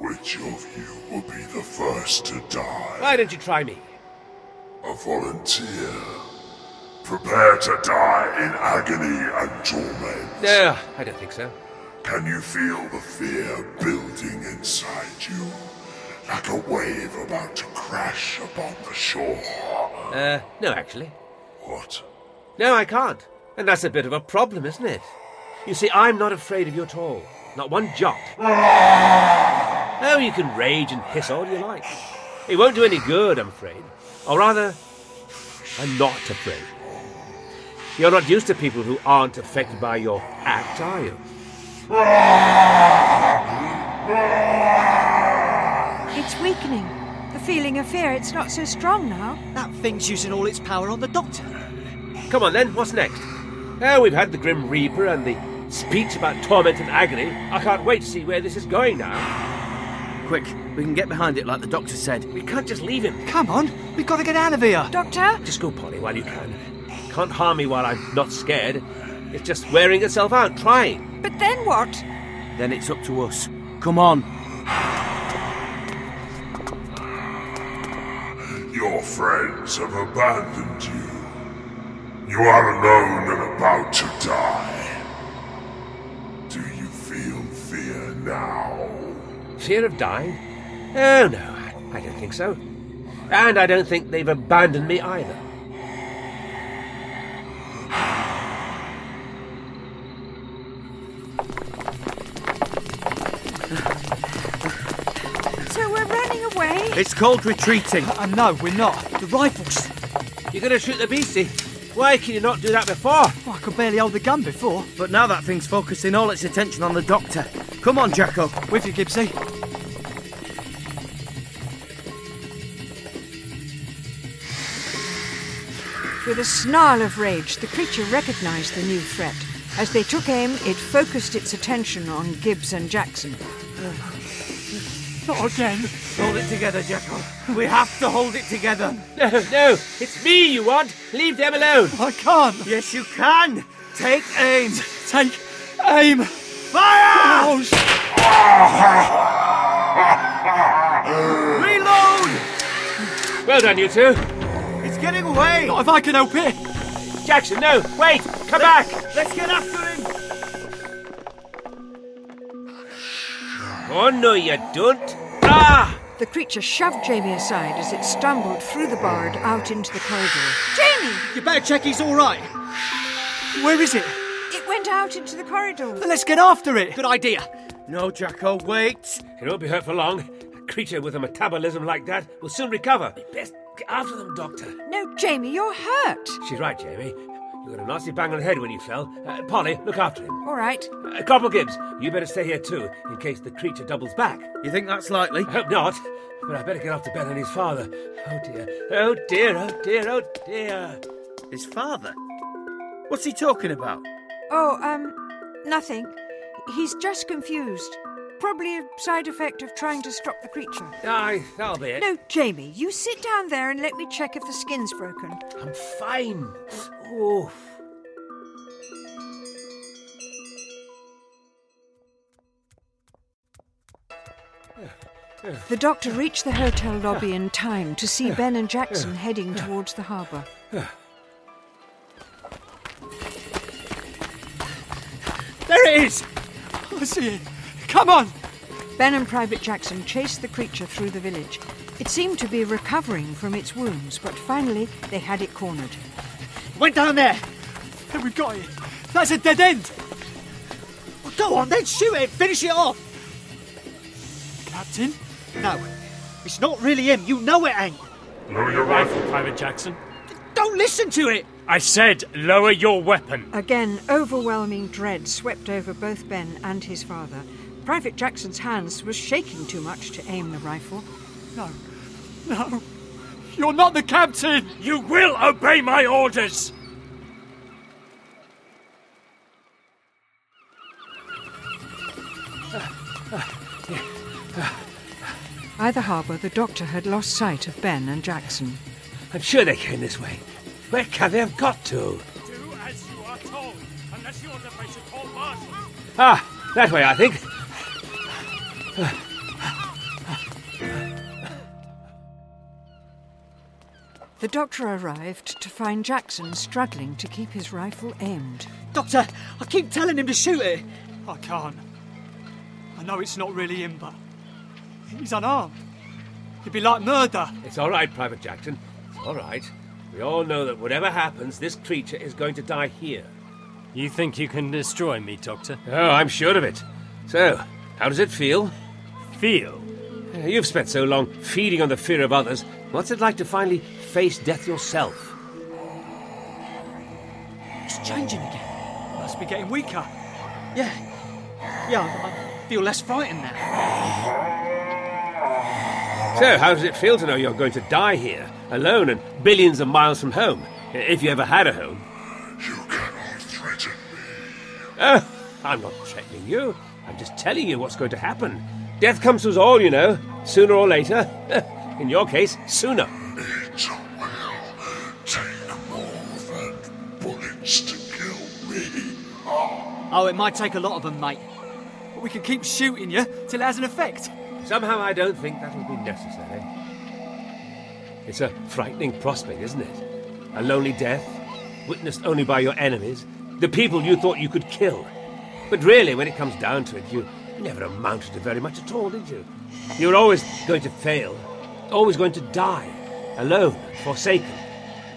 Which of you will be the first to die? Why don't you try me? A volunteer. Prepare to die in agony and torment. No, I don't think so. Can you feel the fear building inside you? Like a wave about to crash upon the shore. Uh, no, actually. What? No, I can't. And that's a bit of a problem, isn't it? You see, I'm not afraid of you at all. Not one jot. oh, you can rage and hiss all you like. It won't do any good, I'm afraid. Or rather, I'm not afraid. You're not used to people who aren't affected by your act, are you? It's weakening. The feeling of fear, it's not so strong now. That thing's using all its power on the doctor. Come on then, what's next? Oh, we've had the Grim Reaper and the speech about torment and agony. I can't wait to see where this is going now. Quick, we can get behind it like the doctor said. We can't just leave him. Come on, we've got to get out of here. Doctor? Just go, Polly, while you can. Can't harm me while I'm not scared. It's just wearing itself out, trying. But then what? Then it's up to us. Come on. Your friends have abandoned you. You are alone and about to die. Do you feel fear now? Fear of dying? Oh, no, I- I don't think so. And I don't think they've abandoned me either. So we're running away? It's called retreating. Uh, no, we're not. The rifles. You're going to shoot the beastie. Why can you not do that before? Oh, I could barely hold the gun before. But now that thing's focusing all its attention on the doctor. Come on, Jacko. With you, Gibbsy. With a snarl of rage, the creature recognized the new threat. As they took aim, it focused its attention on Gibbs and Jackson. Not again. Hold it together, Jekyll. We have to hold it together. No, no. It's me you want. Leave them alone. I can't. Yes, you can. Take aim. Take aim. Fire! Oh, Reload! Well done, you two. It's getting away. Not if I can help it. Jackson, no. Wait. Come Let's- back. Let's get after him. Oh, no, you don't. Ah! The creature shoved Jamie aside as it stumbled through the bar and out into the corridor. Jamie! You better check he's all right. Where is it? It went out into the corridor. Then let's get after it. Good idea. No, Jacko, wait. It won't be hurt for long. A creature with a metabolism like that will soon recover. Best get after them, Doctor. No, Jamie, you're hurt. She's right, Jamie. You got a nasty bang on the head when you fell. Uh, Polly, look after him. All right. Uh, Corporal Gibbs, you better stay here too, in case the creature doubles back. You think that's likely? I hope not. But I better get off to Ben and his father. Oh dear. Oh dear, oh dear, oh dear. His father? What's he talking about? Oh, um, nothing. He's just confused. Probably a side effect of trying to stop the creature. Aye, that'll be it. No, Jamie, you sit down there and let me check if the skin's broken. I'm fine. Oh. The doctor reached the hotel lobby in time to see Ben and Jackson heading towards the harbour. There it is. I see it. Come on. Ben and Private Jackson chased the creature through the village. It seemed to be recovering from its wounds, but finally they had it cornered. Went down there. Then we've got it. That's a dead end. Well, go on, then shoot it. Finish it off. Captain? No, it's not really him. You know it ain't. Lower your rifle, Private Jackson. Don't listen to it. I said, lower your weapon. Again, overwhelming dread swept over both Ben and his father. Private Jackson's hands were shaking too much to aim the rifle. No, no. You're not the captain. You will obey my orders! By the harbour, the doctor had lost sight of Ben and Jackson. I'm sure they came this way. Where can they have got to? Do as you are told, unless you want to face a court martial. Ah, that way, I think. The doctor arrived to find Jackson struggling to keep his rifle aimed. Doctor, I keep telling him to shoot it. I can't. I know it's not really him, but he's unarmed. It'd be like murder. It's all right, Private Jackson. It's all right. We all know that whatever happens, this creature is going to die here. You think you can destroy me, Doctor? Oh, I'm sure of it. So, how does it feel? Feel? Uh, You've spent so long feeding on the fear of others. What's it like to finally face death yourself? It's changing again. Must be getting weaker. Yeah, yeah. I, I feel less frightened now. So, how does it feel to know you're going to die here, alone and billions of miles from home, i- if you ever had a home? You cannot threaten me. Oh, I'm not threatening you. I'm just telling you what's going to happen. Death comes to us all, you know, sooner or later. [LAUGHS] In your case, sooner. Oh, it might take a lot of them, mate. But we can keep shooting you till it has an effect. Somehow I don't think that'll be necessary. It's a frightening prospect, isn't it? A lonely death, witnessed only by your enemies, the people you thought you could kill. But really, when it comes down to it, you never amounted to very much at all, did you? You were always going to fail, always going to die, alone, forsaken.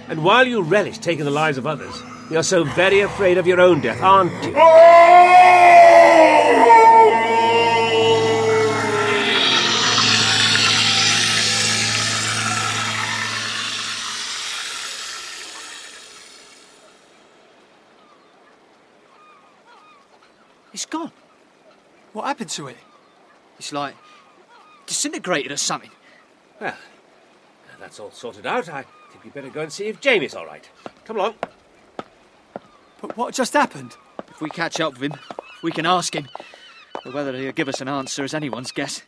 And while you relish taking the lives of others, you're so very afraid of your own death, aren't you? It's gone. What happened to it? It's like disintegrated or something. Well, now that's all sorted out. I Think we'd better go and see if Jamie's all right. Come along. But what just happened? If we catch up with him, we can ask him. But whether he'll give us an answer is anyone's guess.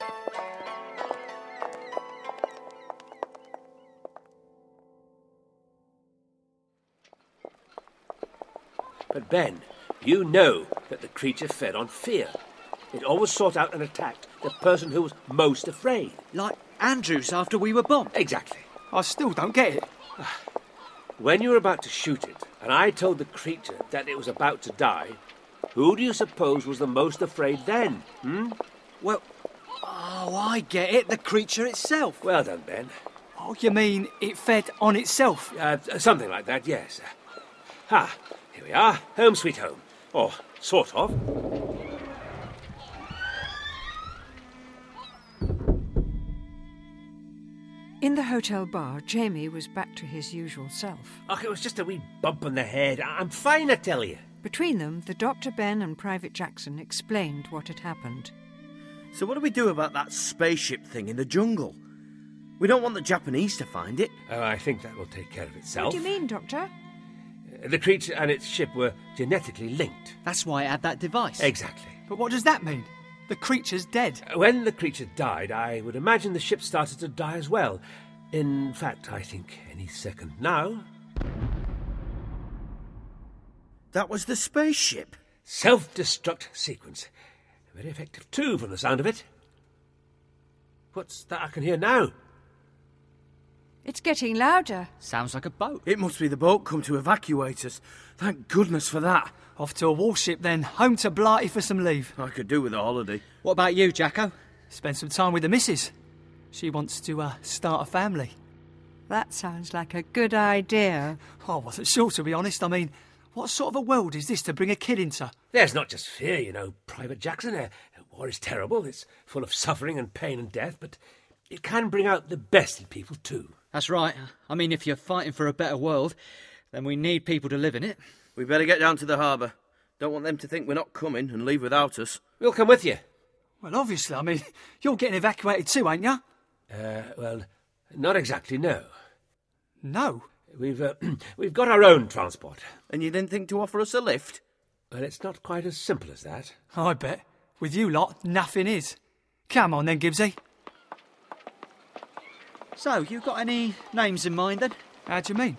But Ben, you know that the creature fed on fear. It always sought out and attacked the person who was most afraid. Like Andrews after we were bombed. Exactly. I still don't get it. When you were about to shoot it, and I told the creature that it was about to die, who do you suppose was the most afraid then? Hmm? Well, oh, I get it. The creature itself. Well done, Ben. Oh, you mean it fed on itself? Uh, something like that, yes. Ah, here we are. Home sweet home. Or sort of. In the hotel bar, Jamie was back to his usual self. Oh, it was just a wee bump on the head. I- I'm fine, I tell you. Between them, the Dr. Ben and Private Jackson explained what had happened. So, what do we do about that spaceship thing in the jungle? We don't want the Japanese to find it. Oh, I think that will take care of itself. What do you mean, Doctor? The creature and its ship were genetically linked. That's why I had that device. Exactly. But what does that mean? The creature's dead. When the creature died, I would imagine the ship started to die as well. In fact, I think any second now. That was the spaceship. Self destruct sequence. Very effective, too, from the sound of it. What's that I can hear now? It's getting louder. Sounds like a boat. It must be the boat come to evacuate us. Thank goodness for that. Off to a warship then, home to Blighty for some leave. I could do with a holiday. What about you, Jacko? Spend some time with the missus. She wants to uh, start a family. That sounds like a good idea. Oh, I wasn't sure, to be honest. I mean, what sort of a world is this to bring a kid into? There's not just fear, you know, Private Jackson. Uh, war is terrible. It's full of suffering and pain and death, but it can bring out the best in people, too. That's right. I mean, if you're fighting for a better world, then we need people to live in it. We better get down to the harbour. Don't want them to think we're not coming and leave without us. We'll come with you. Well, obviously, I mean, [LAUGHS] you're getting evacuated too, ain't you? Uh, well, not exactly, no. No? We've, uh, [CLEARS THROAT] we've got our own transport. And you didn't think to offer us a lift? Well, it's not quite as simple as that. I bet. With you lot, nothing is. Come on then, Gibbsy. So, you got any names in mind then? How do you mean?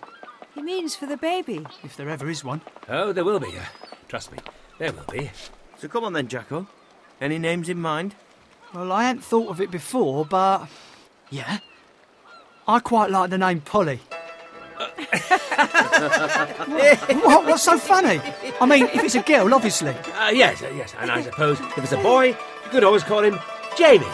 He means for the baby. If there ever is one. Oh, there will be. Uh, trust me, there will be. So come on then, Jacko. Any names in mind? Well, I hadn't thought of it before, but. Yeah? I quite like the [LAUGHS] name Polly. what? what? What's so funny? I mean, if it's a girl, obviously. Uh, yes, uh, yes, and I suppose if it's a boy, you could always call him Jamie.